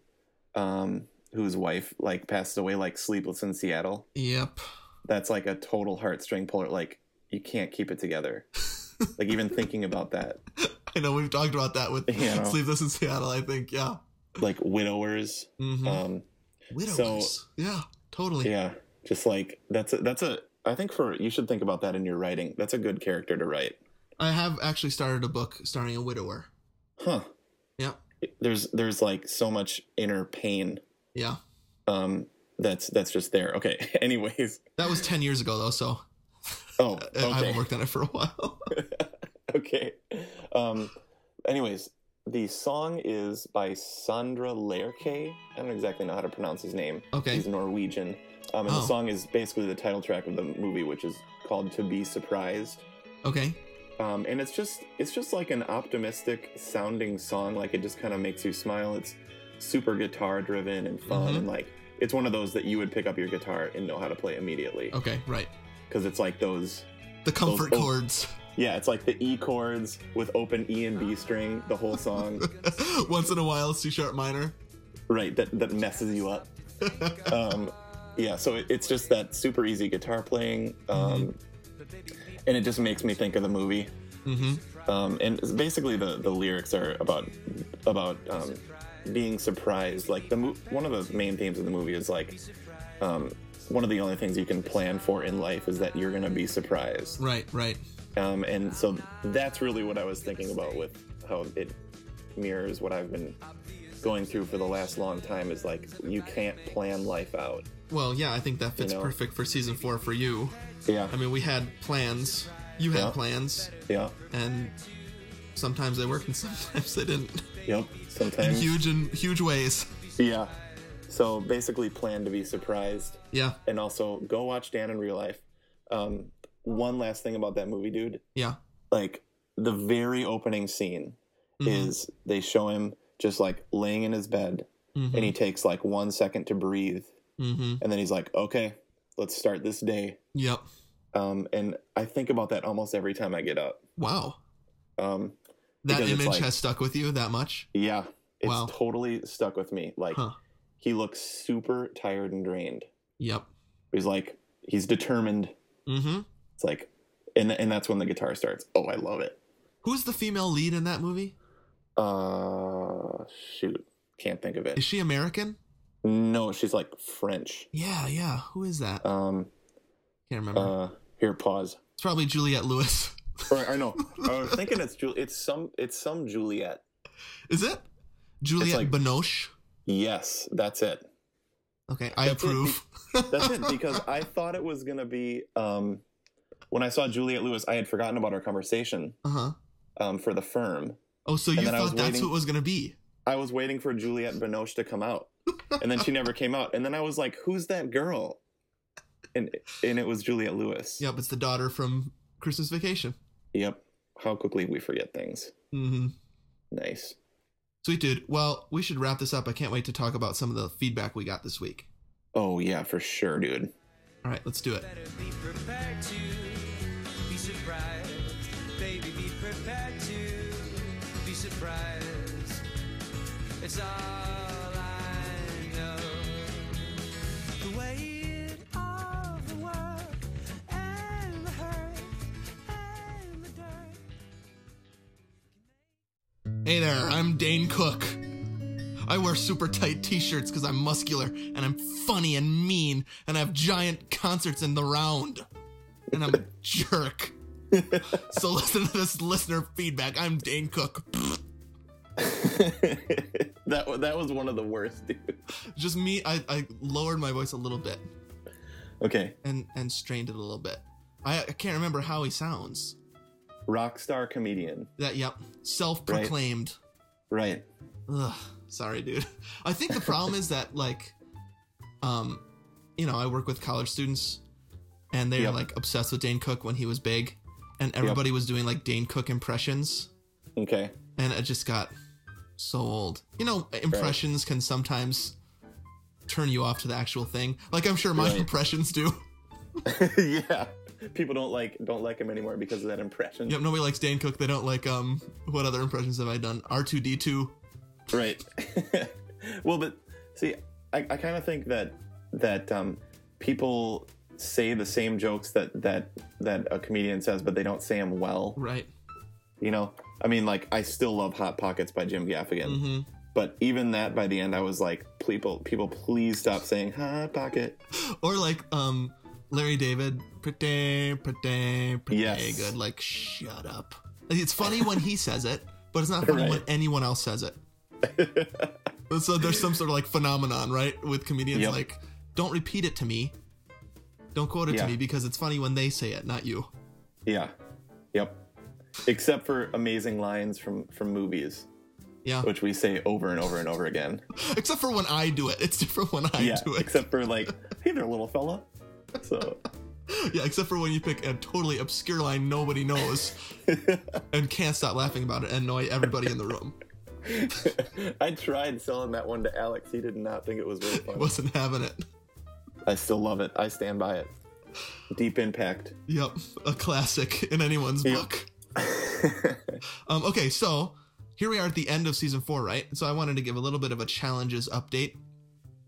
Speaker 2: um whose wife like passes away like Sleepless in Seattle,
Speaker 1: Yep.
Speaker 2: that's like a total heartstring puller. Like you can't keep it together. like even thinking about that,
Speaker 1: I know we've talked about that with
Speaker 2: You know.
Speaker 1: Sleepless in Seattle. I think yeah.
Speaker 2: like widowers.
Speaker 1: hmm
Speaker 2: Um
Speaker 1: Widowers. yeah. Totally.
Speaker 2: yeah, just like that's a, that's a I think for you should think about that in your writing. That's a good character to write.
Speaker 1: I have actually started a book starring a widower.
Speaker 2: Huh.
Speaker 1: Yeah.
Speaker 2: There's there's like so much inner pain
Speaker 1: Yeah.
Speaker 2: um that's that's just there okay anyways
Speaker 1: That was ten years ago though, so uh,
Speaker 2: oh
Speaker 1: I- I haven't
Speaker 2: okay
Speaker 1: worked on it for a while.
Speaker 2: okay um anyways the song is by sandra lerche i don't exactly know how to pronounce his name
Speaker 1: okay.
Speaker 2: he's norwegian um, and
Speaker 1: Oh.
Speaker 2: the song is basically the title track of the movie which is called to be surprised
Speaker 1: Okay.
Speaker 2: um, and it's just it's just like an optimistic sounding song like it just kind of makes you smile it's super guitar driven and fun
Speaker 1: Mhm.
Speaker 2: and like it's one of those that you would pick up your guitar and know how to play immediately
Speaker 1: Okay. Right.
Speaker 2: because it's like those
Speaker 1: The comfort
Speaker 2: Those-
Speaker 1: chords.
Speaker 2: Yeah, it's like the E chords with open E and B string the whole song.
Speaker 1: Once in a while, C sharp minor.
Speaker 2: right, that that messes you up. Um, yeah, so it, it's just that super easy guitar playing, um, and it just makes me think of the movie.
Speaker 1: hmm
Speaker 2: Um, and it's basically, the the lyrics are about about um, being surprised. Like the mo- one of the main themes of the movie is like um, one of the only things you can plan for in life is that you're gonna be surprised.
Speaker 1: Right, right.
Speaker 2: Um, and so that's really what I was thinking about with how it mirrors what I've been going through for the last long time is like you can't plan life out.
Speaker 1: Well, yeah, I think that fits
Speaker 2: know.
Speaker 1: perfect for season four for you.
Speaker 2: Yeah.
Speaker 1: I mean, we had plans. You had
Speaker 2: Yeah.
Speaker 1: plans,
Speaker 2: yeah.
Speaker 1: and sometimes they worked and sometimes they didn't.
Speaker 2: Yep.
Speaker 1: In
Speaker 2: Sometimes.
Speaker 1: huge in huge ways.
Speaker 2: Yeah. So basically, plan to be surprised,
Speaker 1: Yeah,
Speaker 2: and also go watch Dan in real life. Um, one last thing about that movie, dude.
Speaker 1: yeah.
Speaker 2: Like the very opening scene
Speaker 1: Mhm.
Speaker 2: is they show him just like laying in his bed,
Speaker 1: Mhm.
Speaker 2: and he takes like one second to breathe,
Speaker 1: Mm-hmm.
Speaker 2: and then he's like, "Okay, let's start this day."
Speaker 1: Yep.
Speaker 2: Um, and I think about that almost every time I get up.
Speaker 1: Wow.
Speaker 2: Um,
Speaker 1: That
Speaker 2: Because it's
Speaker 1: image
Speaker 2: like-
Speaker 1: has stuck with you that much?
Speaker 2: yeah, it's
Speaker 1: Wow.
Speaker 2: totally stuck with me. Like
Speaker 1: Huh.
Speaker 2: he looks super tired and drained.
Speaker 1: Yep.
Speaker 2: He's like he's determined.
Speaker 1: Mm-hmm.
Speaker 2: It's like, and and that's when the guitar starts. Oh, I love it.
Speaker 1: Who's the female lead in that movie?
Speaker 2: Uh, shoot, can't think of
Speaker 1: Is
Speaker 2: it.
Speaker 1: she American?
Speaker 2: No, she's like French.
Speaker 1: Yeah, yeah. Who is that?
Speaker 2: Um,
Speaker 1: Can't remember.
Speaker 2: uh, here, pause.
Speaker 1: it's probably Juliette Lewis.
Speaker 2: Or, I know. I was thinking it's Jul. It's some. It's some Juliet.
Speaker 1: Is it? Juliette
Speaker 2: like-
Speaker 1: Binoche.
Speaker 2: Yes, that's it.
Speaker 1: Okay, I
Speaker 2: That's it.
Speaker 1: approve.
Speaker 2: That's it because I thought it was gonna be um, when I saw Juliet Lewis, I had forgotten about our conversation
Speaker 1: Uh huh.
Speaker 2: um, for the firm.
Speaker 1: Oh, so
Speaker 2: And
Speaker 1: you
Speaker 2: then I was
Speaker 1: thought that's
Speaker 2: waiting-
Speaker 1: who it was gonna be?
Speaker 2: I was waiting for Juliet Binoche to come out, and then she never came out. And then I was like, "Who's that girl?" And and it was Juliet Lewis.
Speaker 1: Yep, it's the daughter from Christmas Vacation.
Speaker 2: Yep. How quickly we forget things.
Speaker 1: Mm-hmm.
Speaker 2: Nice.
Speaker 1: Sweet dude. Well, we should wrap this up. I can't wait to talk about some of the feedback we got this week.
Speaker 2: Oh yeah, for sure, dude.
Speaker 1: All right, let's do it.
Speaker 3: Better be prepared to be surprised. Baby, be prepared to be surprised. It's all I know. The weight of the world and the hurt and the dirt.
Speaker 1: Hey there, I'm Dane Cook. I wear super tight t shirts because I'm muscular and I'm funny and mean and I have giant concerts in the round. And I'm a jerk. so listen to this listener feedback. I'm Dane Cook.
Speaker 2: that wa- that was one of the worst, dude.
Speaker 1: Just me, I, I lowered my voice a little bit
Speaker 2: Okay,
Speaker 1: and, and strained it a little bit. I, I can't remember how he sounds.
Speaker 2: rock star comedian.
Speaker 1: That, yep, self proclaimed.
Speaker 2: Right.
Speaker 1: Ugh, sorry, dude. I think the problem is that like, um, you know, I work with college students, and they're
Speaker 2: Yep.
Speaker 1: like obsessed with Dane Cook when he was big, and everybody was doing like Dane Cook impressions,
Speaker 2: Okay.
Speaker 1: and it just got so old. You know, impressions can sometimes turn you off to the actual thing. Like I'm sure my
Speaker 2: Right.
Speaker 1: impressions do.
Speaker 2: yeah. People don't like don't like him anymore because of that impression.
Speaker 1: Yep, nobody likes Dane Cook. They don't like um. What other impressions have I done? R two D two.
Speaker 2: Right. well, but see, I, I kind of think that that um, people say the same jokes that that that a comedian says, but they don't say them well.
Speaker 1: Right.
Speaker 2: You know. I mean, like I still love Hot Pockets by Jim Gaffigan,
Speaker 1: Mm-hmm.
Speaker 2: but even that by the end, I was like, people, people, please stop saying Hot Pocket.
Speaker 1: Or like um Larry David, pretty, pretty, pretty
Speaker 2: Yes.
Speaker 1: good. Like, shut up. It's funny when he says it, but it's not funny when
Speaker 2: Right.
Speaker 1: anyone else says it. so there's some sort of like phenomenon, right, with comedians
Speaker 2: Yep.
Speaker 1: like, don't repeat it to me, don't quote it
Speaker 2: Yeah.
Speaker 1: to me because it's funny when they say it, not you.
Speaker 2: Yeah. Yep. Except for amazing lines from from movies,
Speaker 1: Yeah.
Speaker 2: which we say over and over and over again.
Speaker 1: Except for when I do it, it's different when I
Speaker 2: yeah.
Speaker 1: do it.
Speaker 2: Except for like, hey there, little fella. So
Speaker 1: yeah, except for when you pick a totally obscure line nobody knows and can't stop laughing about it and annoy everybody in the room.
Speaker 2: I tried selling that one to Alex. He did not think it was really funny.
Speaker 1: Wasn't having it.
Speaker 2: I still love it. I stand by it. Deep impact.
Speaker 1: Yep, a classic in anyone's
Speaker 2: Yep.
Speaker 1: book. um, okay, so here we are at the end of season four, right? So I wanted to give a little bit of a challenges update.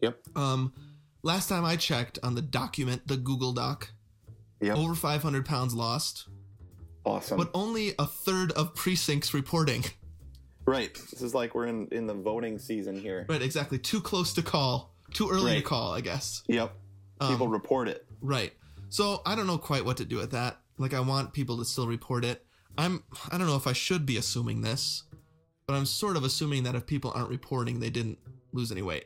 Speaker 2: Yep.
Speaker 1: Um, last time I checked on the document, the Google Doc,
Speaker 2: Yep.
Speaker 1: over 500 pounds lost,
Speaker 2: Awesome.
Speaker 1: but only a third of precincts reporting.
Speaker 2: Right. This is like we're in in the voting season here.
Speaker 1: Right, exactly. Too close to call, too early to
Speaker 2: Right.
Speaker 1: call, I guess. Um,
Speaker 2: Yep. People report it.
Speaker 1: Right. So I don't know quite what to do with that. Like I want people to still report it. I'm I don't know if I should be assuming this, but I'm sort of assuming that if people aren't reporting, they didn't lose any weight.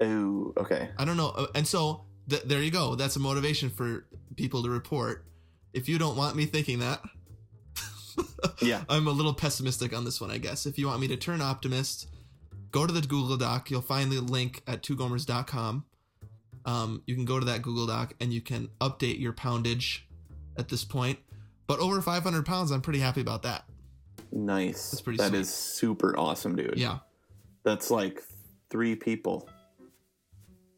Speaker 2: Oh, okay.
Speaker 1: I don't know. Uh, And so th- there you go. That's a motivation for people to report. If you don't want me thinking that,
Speaker 2: Yeah.
Speaker 1: I'm a little pessimistic on this one, I guess. If you want me to turn optimist, go to the Google Doc. You'll find the link at twogomers.com. Um, you can go to that Google Doc and you can update your poundage at this point. But over 500 pounds, I'm pretty happy about that.
Speaker 2: Nice.
Speaker 1: That's pretty
Speaker 2: That
Speaker 1: sweet.
Speaker 2: is super awesome, dude.
Speaker 1: Yeah,
Speaker 2: That's like three people.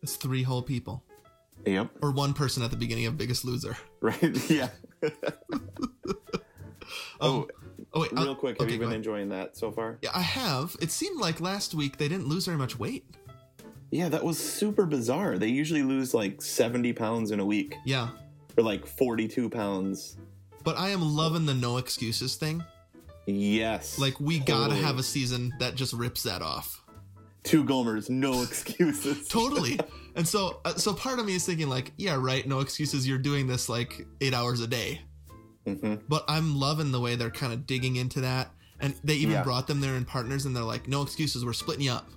Speaker 1: it's three whole people
Speaker 2: Yep.
Speaker 1: or one person at the beginning of Biggest Loser.
Speaker 2: Right. yeah. oh,
Speaker 1: Oh wait,
Speaker 2: real
Speaker 1: uh,
Speaker 2: quick, have
Speaker 1: okay,
Speaker 2: you
Speaker 1: go
Speaker 2: been
Speaker 1: ahead.
Speaker 2: enjoying that so far?
Speaker 1: Yeah, I have. It seemed like last week they didn't lose very much weight.
Speaker 2: Yeah, that was super bizarre. They usually lose like 70 pounds in a week
Speaker 1: Yeah,
Speaker 2: or like 42 pounds.
Speaker 1: but I am loving the no excuses thing.
Speaker 2: Yes.
Speaker 1: Like we gotta
Speaker 2: Totally.
Speaker 1: have a season that just rips that off.
Speaker 2: two Gomers, no excuses.
Speaker 1: Totally. and so, uh, so part of me is thinking like, yeah, right. No excuses. You're doing this like eight hours a day.
Speaker 2: hmm
Speaker 1: But I'm loving the way they're kind of digging into that. And they even
Speaker 2: Yeah.
Speaker 1: brought them there in partners, and they're like, no excuses. We're splitting you up.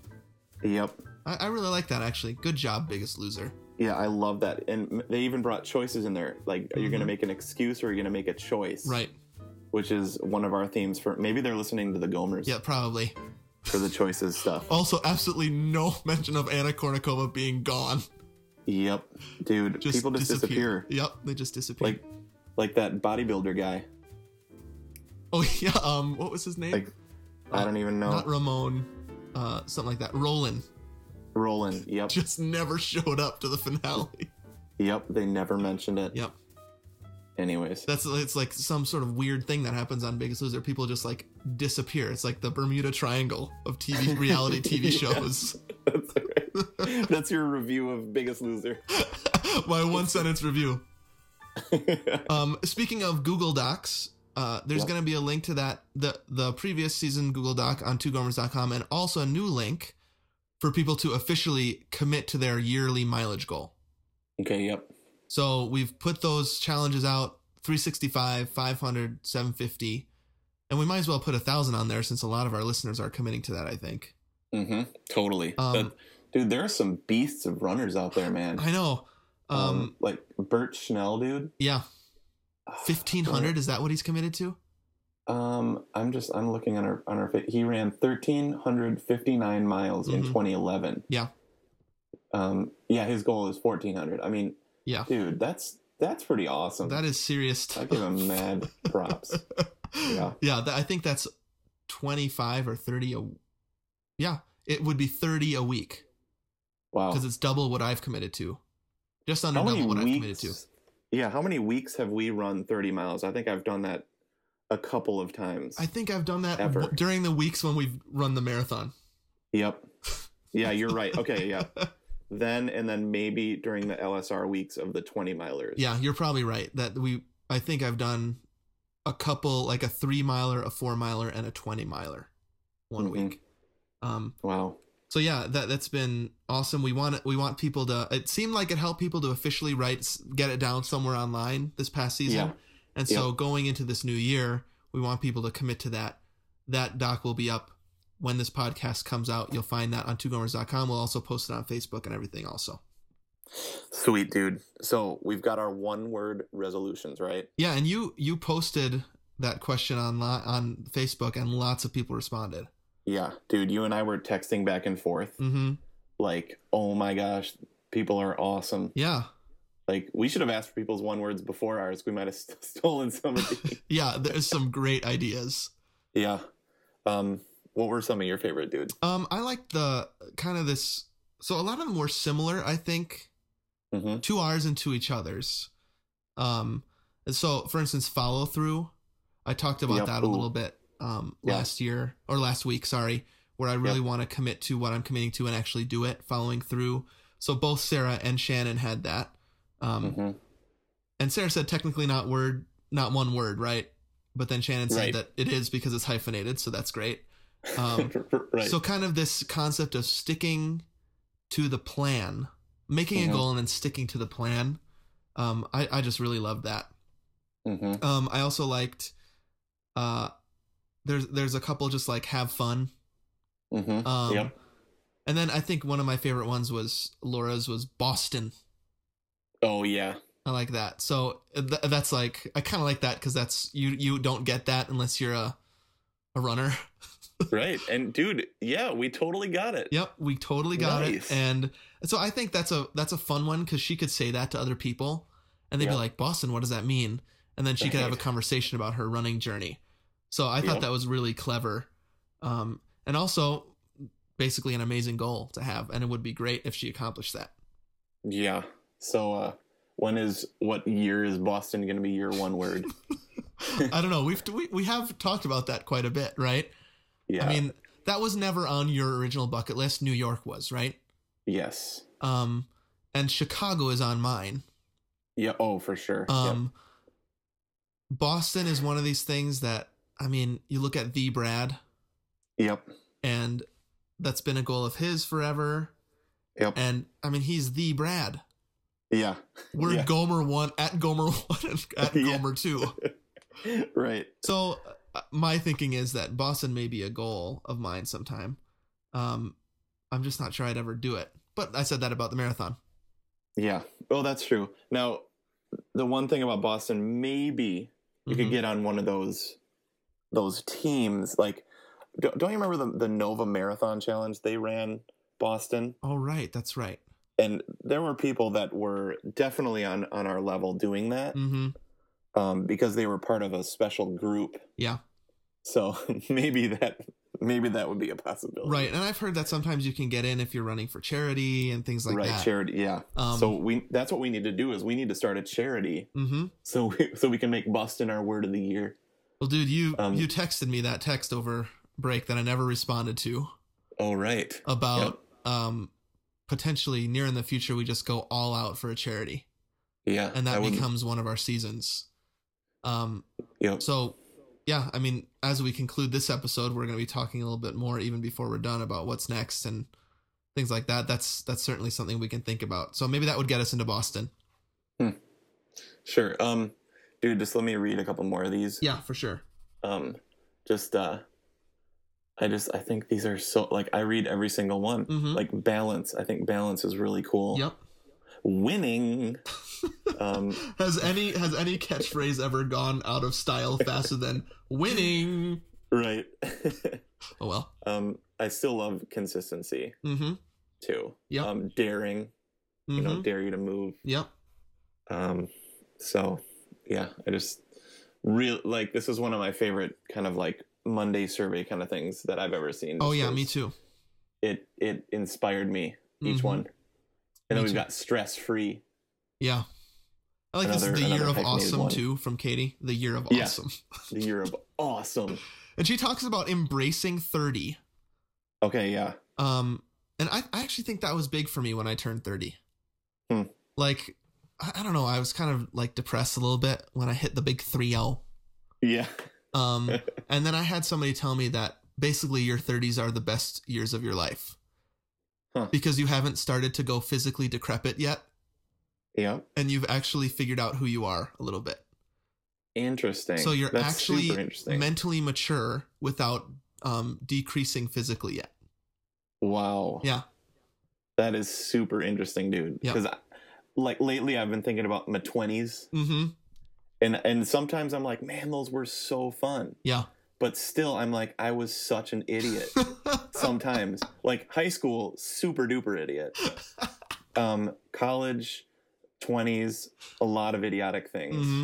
Speaker 2: Yep.
Speaker 1: I, I really like that actually. Good job, Biggest Loser.
Speaker 2: Yeah, I love that. And m- they even brought choices in there. Like, are you going to
Speaker 1: Mhm.
Speaker 2: make an excuse or are you going to make a choice?
Speaker 1: Right.
Speaker 2: Which is one of our themes for maybe they're listening to the Gomers
Speaker 1: Yeah, probably.
Speaker 2: for the choices stuff.
Speaker 1: Also, absolutely no mention of Anna Kournikova being gone.
Speaker 2: Yep. Dude,
Speaker 1: Just
Speaker 2: people just disappear.
Speaker 1: Yep, they just disappear.
Speaker 2: Like, like that bodybuilder guy.
Speaker 1: oh yeah, um, what was his name?
Speaker 2: Like, I don't even know.
Speaker 1: Uh, Not Ramon, uh, something like that. Roland
Speaker 2: Roland. Yep.
Speaker 1: just never showed up to the finale.
Speaker 2: Yep. They never mentioned it.
Speaker 1: Yep.
Speaker 2: Anyways.
Speaker 1: That's it's like some sort of weird thing that happens on Biggest Loser. People just like disappear. It's like the Bermuda Triangle of TV reality TV
Speaker 2: Yeah.
Speaker 1: shows.
Speaker 2: That's, all right. That's your review of Biggest Loser.
Speaker 1: My one sentence review. Um, speaking of Google Docs, uh, there's
Speaker 2: Yep.
Speaker 1: going to be a link to that the the previous season Google Doc on twogomers.com and also a new link for people to officially commit to their yearly mileage goal.
Speaker 2: okay. Yep.
Speaker 1: So we've put those challenges out 365, 500, 750. And we might as well put a thousand on there since a lot of our listeners are committing to that, I think.
Speaker 2: Mm-hmm. Totally.
Speaker 1: Um,
Speaker 2: That- dude, there are some beasts of runners out there, man.
Speaker 1: I know. Um,
Speaker 2: um, like Bert Schnell, dude.
Speaker 1: yeah. 1500, is that what he's committed to?
Speaker 2: Um, I'm just I'm looking on our on our. fa- He ran 1,359 miles in
Speaker 1: Mhm.
Speaker 2: 2011.
Speaker 1: Yeah.
Speaker 2: Um. Yeah, his goal is 1,400. I mean,
Speaker 1: Yeah.
Speaker 2: dude, that's that's pretty awesome.
Speaker 1: That is serious stuff.
Speaker 2: Um, I give him mad props. yeah.
Speaker 1: that, I think that's 25 or 30 a Yeah, it would be 30 a week
Speaker 2: Wow.
Speaker 1: because it's double what I've committed to. Just under
Speaker 2: Oh. How
Speaker 1: double
Speaker 2: many
Speaker 1: what I've committed
Speaker 2: weeks?
Speaker 1: to.
Speaker 2: Yeah. How many weeks have we run 30 miles? I think I've done that a couple of times.
Speaker 1: I think I've done that
Speaker 2: Ever.
Speaker 1: w- during the weeks when we've run the marathon.
Speaker 2: Yep. Yeah, you're right. Okay, yeah. Then and then maybe during the LSR weeks of the 20 milers.
Speaker 1: Yeah, you're probably right. That we, I think I've done a couple, like a three miler, a four miler, and a twenty miler, one
Speaker 2: Mhm.
Speaker 1: week. Um.
Speaker 2: Wow.
Speaker 1: So yeah, that that's been awesome. We want we want people to. It seemed like it helped people to officially write, get it down somewhere online this past season.
Speaker 2: Yeah.
Speaker 1: And so going into this new year, we want people to commit to that. That doc will be up when this podcast comes out. You'll find that on twogomers.com. We'll also post it on Facebook and everything. Also,
Speaker 2: Sweet dude. So we've got our one word resolutions, right?
Speaker 1: Yeah, and you you posted that question on li- on Facebook, and lots of people responded.
Speaker 2: Yeah. Dude, you and I were texting back and forth.
Speaker 1: Mm-hmm.
Speaker 2: Like, oh my gosh, people are awesome.
Speaker 1: Yeah,
Speaker 2: Like, we should have asked for people's one words before ours. We might have st- stolen some of these.
Speaker 1: yeah. There's some great ideas.
Speaker 2: yeah. Um, what were some of your favorite, dude?
Speaker 1: Um, I like the kind of this. So a lot of them were similar, I think,
Speaker 2: Mm-hmm.
Speaker 1: to ours and to each other's. Um, and so for instance, follow through. I talked about
Speaker 2: Yep.
Speaker 1: that a
Speaker 2: Ooh.
Speaker 1: little bit um
Speaker 2: Yeah.
Speaker 1: last year or last week, sorry, where I really
Speaker 2: Yep.
Speaker 1: want to commit to what I'm committing to and actually do it, following through. So both Sarah and Shannon had that. Um,
Speaker 2: Mm-hmm.
Speaker 1: And Sarah said technically not word, not one word, right? But then Shannon said
Speaker 2: Right.
Speaker 1: that it is because it's hyphenated, so that's great. Um,
Speaker 2: right.
Speaker 1: So kind of this concept of sticking to the plan, making
Speaker 2: Mhm.
Speaker 1: a goal and then sticking to the plan. Um, I, I just really loved that.
Speaker 2: hmm
Speaker 1: Um, I also liked uh, there's there's a couple just like have fun.
Speaker 2: hmm
Speaker 1: Um,
Speaker 2: Yep.
Speaker 1: And then I think one of my favorite ones was Laura's was Boston.
Speaker 2: Oh yeah.
Speaker 1: I like that. So th- that's like I kind of like that because that's you you don't get that unless you're a a runner.
Speaker 2: Right. And dude, yeah, we totally got it.
Speaker 1: Yep, we totally got
Speaker 2: Nice.
Speaker 1: it. And so I think that's a that's a fun one because she could say that to other people, and they'd
Speaker 2: Yeah.
Speaker 1: be like, "Boston, what does that mean?" And then she could have a
Speaker 2: Right.
Speaker 1: conversation about her running journey. So I
Speaker 2: Yeah.
Speaker 1: thought that was really clever, um, and also basically an amazing goal to have, and it would be great if she accomplished that.
Speaker 2: Yeah. So uh when is what year is Boston gonna be your one word?
Speaker 1: I don't know. We've we, we have talked about that quite a bit, right?
Speaker 2: Yeah.
Speaker 1: I mean, that was never on your original bucket list. New York was, right?
Speaker 2: yes.
Speaker 1: Um, and Chicago is on mine.
Speaker 2: Yeah, oh for sure.
Speaker 1: Um, Boston is one of these things that I mean, you look at the Brad,
Speaker 2: yep. Yep.
Speaker 1: and that's been a goal of his forever.
Speaker 2: Yep.
Speaker 1: And I mean, he's the Brad.
Speaker 2: Yeah.
Speaker 1: We're
Speaker 2: Yeah.
Speaker 1: Gomer one at Gomer one and at
Speaker 2: Yeah.
Speaker 1: Gomer two.
Speaker 2: Right.
Speaker 1: So uh, my thinking is that Boston may be a goal of mine sometime. Um, I'm just not sure I'd ever do it. But I said that about the marathon.
Speaker 2: Yeah. Oh, that's true. Now, the one thing about Boston, maybe you could
Speaker 1: Mhm.
Speaker 2: get on one of those those teams. Like, don't, don't you remember the the Nova Marathon Challenge they ran Boston?
Speaker 1: Oh right, that's right.
Speaker 2: And there were people that were definitely on on our level doing that
Speaker 1: Mm-hmm.
Speaker 2: um, because they were part of a special group.
Speaker 1: Yeah.
Speaker 2: So maybe that maybe that would be a possibility.
Speaker 1: Right. And I've heard that sometimes you can get in if you're running for charity and things like
Speaker 2: right.
Speaker 1: that.
Speaker 2: Charity. Yeah.
Speaker 1: Um,
Speaker 2: so we that's what we need to do is we need to start a charity
Speaker 1: Mm-hmm.
Speaker 2: so we, so we can make Boston our word of the year.
Speaker 1: Well, dude, you
Speaker 2: Um,
Speaker 1: you texted me that text over break that I never responded to
Speaker 2: Oh right.
Speaker 1: about um potentially near in the future we just go all out for a charity
Speaker 2: Yeah,
Speaker 1: and that
Speaker 2: I would-
Speaker 1: becomes one of our seasons. Um.
Speaker 2: yep.
Speaker 1: So yeah, I mean, as we conclude this episode, we're going to be talking a little bit more even before we're done about what's next and things like that. That's that's certainly something we can think about. So maybe that would get us into Boston.
Speaker 2: sure. Um, dude, just let me read a couple more of these.
Speaker 1: Yeah, for sure.
Speaker 2: Um, just uh, I just I think these are so like I read every single one.
Speaker 1: Mhm.
Speaker 2: Like balance, I think balance is really cool.
Speaker 1: Yep.
Speaker 2: Winning. um,
Speaker 1: Has any has any catchphrase ever gone out of style faster than winning?
Speaker 2: right.
Speaker 1: Oh well.
Speaker 2: um, I still love consistency
Speaker 1: Mm-hmm.
Speaker 2: too.
Speaker 1: Yep.
Speaker 2: Um, daring. You
Speaker 1: hmm
Speaker 2: know, dare you to move.
Speaker 1: Yep.
Speaker 2: Um, so yeah, I just real like this is one of my favorite kind of like Monday survey kind of things that I've ever seen.
Speaker 1: Oh
Speaker 2: Just
Speaker 1: yeah,
Speaker 2: those-
Speaker 1: me too.
Speaker 2: It it inspired me each
Speaker 1: Mhm.
Speaker 2: one, and
Speaker 1: Me
Speaker 2: then we've
Speaker 1: too.
Speaker 2: got stress free.
Speaker 1: Yeah. I like
Speaker 2: Another-
Speaker 1: this is the year
Speaker 2: another
Speaker 1: of
Speaker 2: hyphenated
Speaker 1: awesome
Speaker 2: one.
Speaker 1: too from Katie. The year of
Speaker 2: Yeah.
Speaker 1: awesome.
Speaker 2: The year of awesome.
Speaker 1: And she talks about embracing 30.
Speaker 2: Okay, yeah,
Speaker 1: Um and I, I actually think that was big for me when I turned 30.
Speaker 2: Hmm.
Speaker 1: Like I, I don't know, I was kind of like depressed a little bit when I hit the big 30.
Speaker 2: yeah,
Speaker 1: Um and then I had somebody tell me that basically your 30s are the best years of your life.
Speaker 2: Huh.
Speaker 1: Because you haven't started to go physically decrepit yet
Speaker 2: yeah.
Speaker 1: and you've actually figured out who you are a little bit.
Speaker 2: Interesting.
Speaker 1: So you're
Speaker 2: That's
Speaker 1: actually
Speaker 2: super interesting.
Speaker 1: mentally mature without um, decreasing physically yet.
Speaker 2: wow.
Speaker 1: Yeah.
Speaker 2: That is super interesting, dude.
Speaker 1: Yeah.
Speaker 2: Because like lately, I've been thinking about my twenties,
Speaker 1: Mm-hmm.
Speaker 2: and and sometimes I'm like, man, those were so fun.
Speaker 1: Yeah.
Speaker 2: But still, I'm like, I was such an idiot. sometimes like high school super duper idiot um college 20s a lot of idiotic things
Speaker 1: hmm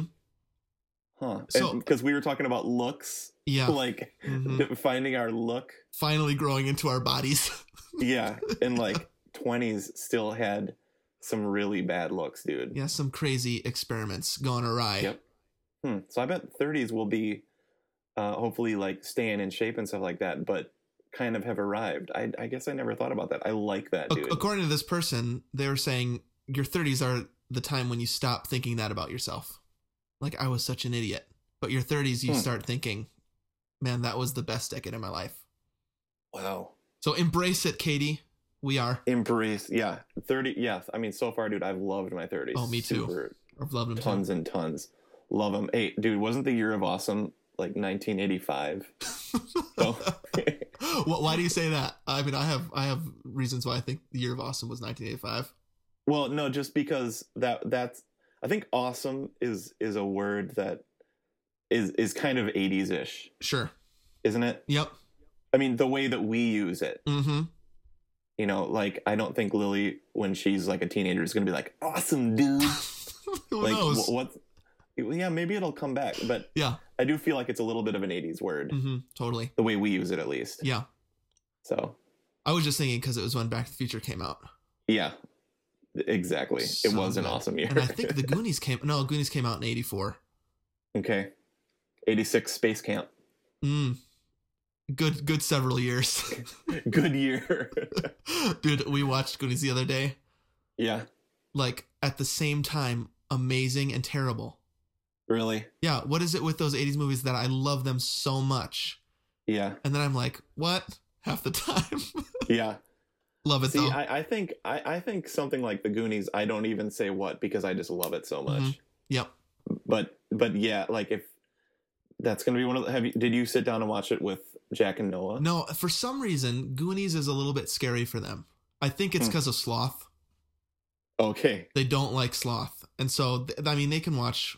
Speaker 2: huh
Speaker 1: So- Ah.
Speaker 2: because we were talking about looks
Speaker 1: Yeah.
Speaker 2: like
Speaker 1: Mhm.
Speaker 2: finding our look
Speaker 1: Finally growing into our bodies.
Speaker 2: yeah and like 20s still had some really bad looks dude
Speaker 1: yeah. Some crazy experiments gone awry.
Speaker 2: Yep. hmm. so i bet 30s will be uh hopefully like staying in shape and stuff like that but kind of have arrived i, I guess i never thought about that i like that
Speaker 1: Ac-
Speaker 2: dude
Speaker 1: according to this person, they were saying your 30s are the time when you stop thinking that about yourself. Like, I was such an idiot. But your 30s, you
Speaker 2: Hmm.
Speaker 1: start thinking, man, that was the best decade of my life.
Speaker 2: Wow.
Speaker 1: So embrace it, Katie. We are.
Speaker 2: Embrace. Yeah. 30. Yeah. I mean, so far, dude, I've loved my 30s.
Speaker 1: Oh, me too.
Speaker 2: Super,
Speaker 1: I've loved him too.
Speaker 2: tons and tons. Love them. Hey, dude, wasn't the year of awesome like 1985? so,
Speaker 1: Wh- why do you say that? I mean, I have I have reasons why I think the year of awesome was 1985.
Speaker 2: well, no, just because that that's I think awesome is is a word that is is kind of 80s ish,
Speaker 1: Sure.
Speaker 2: isn't it?
Speaker 1: Yep.
Speaker 2: I mean, the way that we use it,
Speaker 1: Mm-hmm.
Speaker 2: you know, like I don't think Lily when she's like a teenager is gonna be like awesome, dude.
Speaker 1: Who
Speaker 2: like
Speaker 1: knows?
Speaker 2: wh- what? Yeah, maybe it'll come back, but
Speaker 1: yeah.
Speaker 2: I do feel like it's a little bit of an 80s word,
Speaker 1: Mm-hmm. Totally.
Speaker 2: the way we use it at least.
Speaker 1: Yeah.
Speaker 2: So
Speaker 1: I was just thinking because it was when Back to the Future came out,
Speaker 2: Yeah, exactly. it
Speaker 1: So
Speaker 2: was an
Speaker 1: good.
Speaker 2: awesome year.
Speaker 1: and I think the Goonies came. No, Goonies came out in '84.
Speaker 2: okay, eighty six Space Camp,
Speaker 1: Mm. Good, good several years,
Speaker 2: good year.
Speaker 1: dude. We watched Goonies the other day,
Speaker 2: yeah,
Speaker 1: like at the same time, amazing and terrible.
Speaker 2: really.
Speaker 1: Yeah, what is it with those '80s movies that I love them so much,
Speaker 2: Yeah,
Speaker 1: and then I'm like, what? Half the time,
Speaker 2: yeah.
Speaker 1: love it
Speaker 2: See,
Speaker 1: though.
Speaker 2: I, I think I, I think something like the Goonies. I don't even say what because I just love it so much.
Speaker 1: Mhm. yep.
Speaker 2: But but yeah, like if that's gonna be one of the. Have you, did you sit down and watch it with Jack and Noah?
Speaker 1: No, for some reason, Goonies is a little bit scary for them. I think it's
Speaker 2: Hmm.
Speaker 1: because of sloth.
Speaker 2: Okay.
Speaker 1: they don't like sloth and so th- i mean they can watch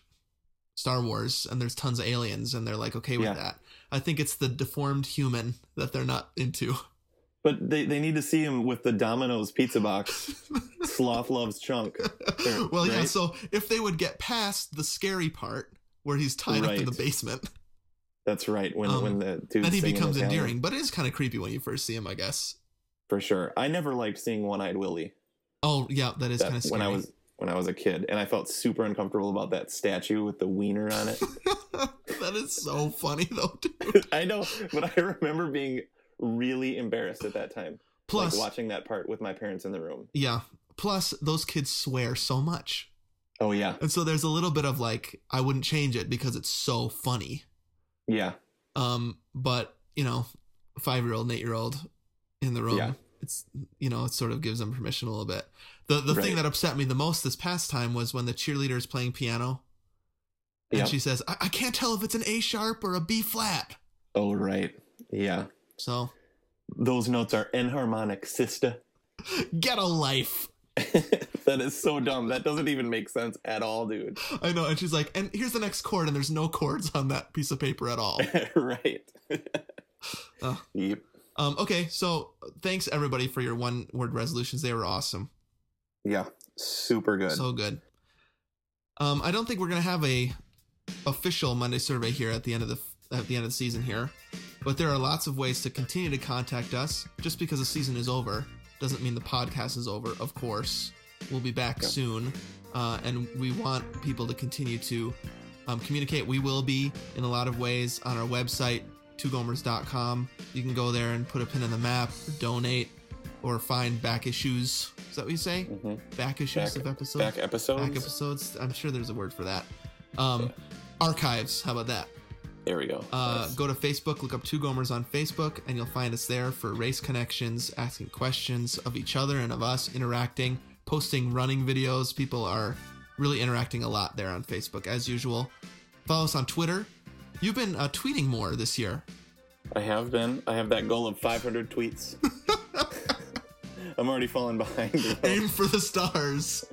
Speaker 1: star wars and there's tons of aliens and they're like okay with
Speaker 2: Yeah.
Speaker 1: that i think it's the deformed human that they're not into
Speaker 2: But they, they need to see him with the Domino's pizza box. Sloth loves chunk. They're-
Speaker 1: well yeah
Speaker 2: right?
Speaker 1: so if they would get past the scary part where he's tied up in the
Speaker 2: Right.
Speaker 1: basement
Speaker 2: That's right. When
Speaker 1: Um,
Speaker 2: when the dude
Speaker 1: then he becomes endearing but it is kind of creepy when you first see him i guess
Speaker 2: for sure. I never liked seeing One Eyed Willie
Speaker 1: oh yeah that is
Speaker 2: that-
Speaker 1: kind of scary
Speaker 2: when I was when I was a kid, and I felt super uncomfortable about that statue with the wiener on it.
Speaker 1: that is so funny though dude.
Speaker 2: I know, but I remember being really embarrassed at that time,
Speaker 1: plus
Speaker 2: like watching that part with my parents in the room.
Speaker 1: yeah plus those kids swear so much
Speaker 2: Oh yeah,
Speaker 1: And so there's a little bit of like, I wouldn't change it because it's so funny.
Speaker 2: yeah,
Speaker 1: Um, but you know, five year old and eight year old in the room,
Speaker 2: Yeah.
Speaker 1: it's you know, it sort of gives them permission a little bit. The the thing
Speaker 2: Right.
Speaker 1: that upset me the most this past time was when the cheerleader is playing piano and
Speaker 2: yeah.
Speaker 1: she says, I-, I can't tell if it's an A sharp or a B flat.
Speaker 2: Oh right, yeah.
Speaker 1: So
Speaker 2: Those notes are enharmonic, sister.
Speaker 1: get a life.
Speaker 2: that is so dumb. That doesn't even make sense at all, dude.
Speaker 1: I know. And she's like, and here's the next chord, and there's no chords on that piece of paper at all.
Speaker 2: right.
Speaker 1: Oh.
Speaker 2: Yep.
Speaker 1: um, okay, so thanks everybody for your one word resolutions. They were awesome.
Speaker 2: Yeah. Super good.
Speaker 1: So good. Um, I don't think we're gonna have a official Monday survey here at the end of the at the end of the season here, but there are lots of ways to continue to contact us. Just because the season is over doesn't mean the podcast is over. Of course, we'll be back
Speaker 2: Yeah.
Speaker 1: soon, uh, and we want people to continue to um, communicate. We will be in a lot of ways on our website twogomers.com. You can go there and put a pin in the map, donate, or find back issues. Is that what you say?
Speaker 2: Mhm.
Speaker 1: back issues
Speaker 2: Back-
Speaker 1: of episodes
Speaker 2: Back episodes.
Speaker 1: back episodes i'm sure there's a word for that um archives how about that
Speaker 2: There we go.
Speaker 1: uh
Speaker 2: Nice.
Speaker 1: go to facebook look up two gomers on facebook and you'll find us there for race connections asking questions of each other and of us interacting posting running videos people are really interacting a lot there on facebook as usual follow us on twitter you've been uh, tweeting more this year
Speaker 2: I have been. I have that goal of 500 tweets. I'm already falling behind. you know?
Speaker 1: aim for the stars.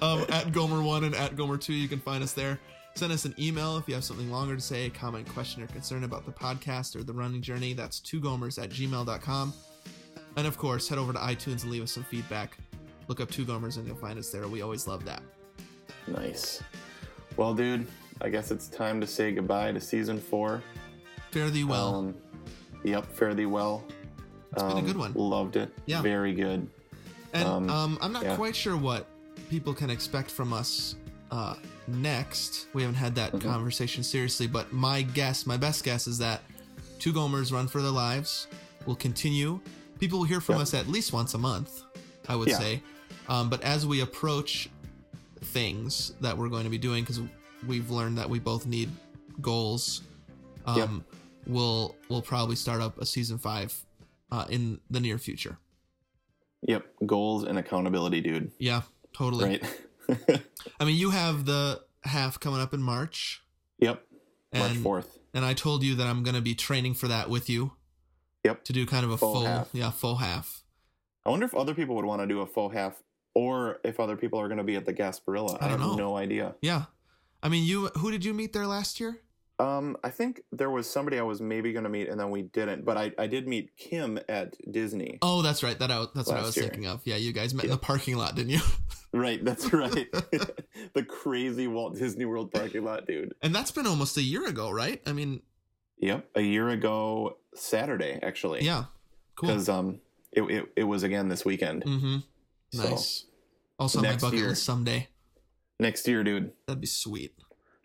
Speaker 1: um, at Gomer one and at Gomer two, you can find us there. Send us an email if you have something longer to say, comment, question, or concern about the podcast or the running journey. That's two gomers at gmail.com. And of course, head over to iTunes and leave us some feedback. Look up two gomers and you'll find us there. We always love that.
Speaker 2: Nice. Well, dude, I guess it's time to say goodbye to season four.
Speaker 1: Fare thee well.
Speaker 2: um, yep, fare thee well. It's
Speaker 1: been a good one.
Speaker 2: Loved it.
Speaker 1: Yeah.
Speaker 2: Very good.
Speaker 1: And um,
Speaker 2: Um,
Speaker 1: I'm not
Speaker 2: yeah.
Speaker 1: quite sure what people can expect from us uh, next. We haven't had that
Speaker 2: Mhm.
Speaker 1: conversation seriously, but my guess, my best guess, is that two Gomers run for their lives will continue. People will hear from
Speaker 2: Yeah.
Speaker 1: us at least once a month, I would
Speaker 2: Yeah.
Speaker 1: say. Um, but as we approach things that we're going to be doing, because we've learned that we both need goals, um, will will probably start up a season five uh, in the near future.
Speaker 2: Yep, goals and accountability, dude.
Speaker 1: Yeah, totally.
Speaker 2: Right?
Speaker 1: I mean, you have the half coming up in March,
Speaker 2: yep. March
Speaker 1: and
Speaker 2: 4th.
Speaker 1: and I told you that I'm gonna be training for that with you.
Speaker 2: Yep.
Speaker 1: To do kind of a
Speaker 2: Full
Speaker 1: full,
Speaker 2: half.
Speaker 1: yeah, full half.
Speaker 2: I wonder if other people would want to do a full half or if other people are going to be at the Gasparilla. I,
Speaker 1: I don't
Speaker 2: have
Speaker 1: know.
Speaker 2: no idea.
Speaker 1: Yeah, I mean, you who did you meet there last year?
Speaker 2: Um, I think there was somebody I was maybe going to meet and then we didn't, but I, I did meet Kim at Disney.
Speaker 1: Oh, that's right. That I, that's what I
Speaker 2: Last
Speaker 1: was
Speaker 2: year.
Speaker 1: thinking of. Yeah, you guys met in
Speaker 2: Yeah.
Speaker 1: the parking lot, didn't you?
Speaker 2: Right, that's right. the crazy Walt Disney World parking lot, dude.
Speaker 1: And that's been almost a year ago, right? I mean,
Speaker 2: Yep, a year ago Saturday actually.
Speaker 1: yeah, cool.
Speaker 2: because um, it, it it was again this weekend.
Speaker 1: Mm-hmm.
Speaker 2: So,
Speaker 1: Nice. also, on my
Speaker 2: next
Speaker 1: bucket
Speaker 2: year.
Speaker 1: list someday.
Speaker 2: Next year, dude,
Speaker 1: That'd be sweet.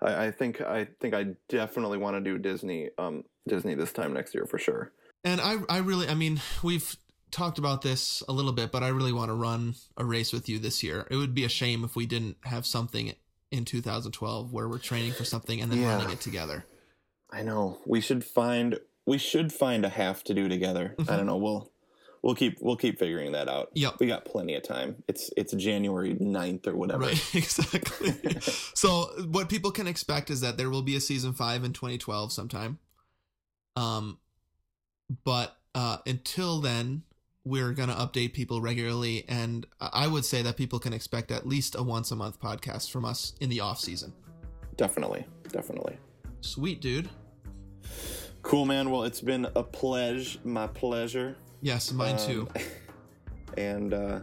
Speaker 2: I, I think I think I definitely want to do Disney um Disney this time next year for sure.
Speaker 1: And I, I really, I mean, we've talked about this a little bit, but I really want to run a race with you this year. It would be a shame if we didn't have something in 2012 where we're training for something and then
Speaker 2: Yeah.
Speaker 1: running it together.
Speaker 2: I know we should find we should find a half to do together.
Speaker 1: Mm-hmm.
Speaker 2: I don't know. We'll we'll keep we'll keep figuring that out.
Speaker 1: Yep.
Speaker 2: we got plenty of time. It's it's January 9th or whatever.
Speaker 1: Right, exactly. so what people can expect is that there will be a season five in 2012 sometime. Um, but uh, until then, we're gonna update people regularly, and I I would say that people can expect at least a once a month podcast from us in the off season.
Speaker 2: Definitely, definitely.
Speaker 1: Sweet, dude.
Speaker 2: Cool, man. Well, it's been a pleasure, my pleasure.
Speaker 1: Yes, mine
Speaker 2: Um,
Speaker 1: too.
Speaker 2: And uh,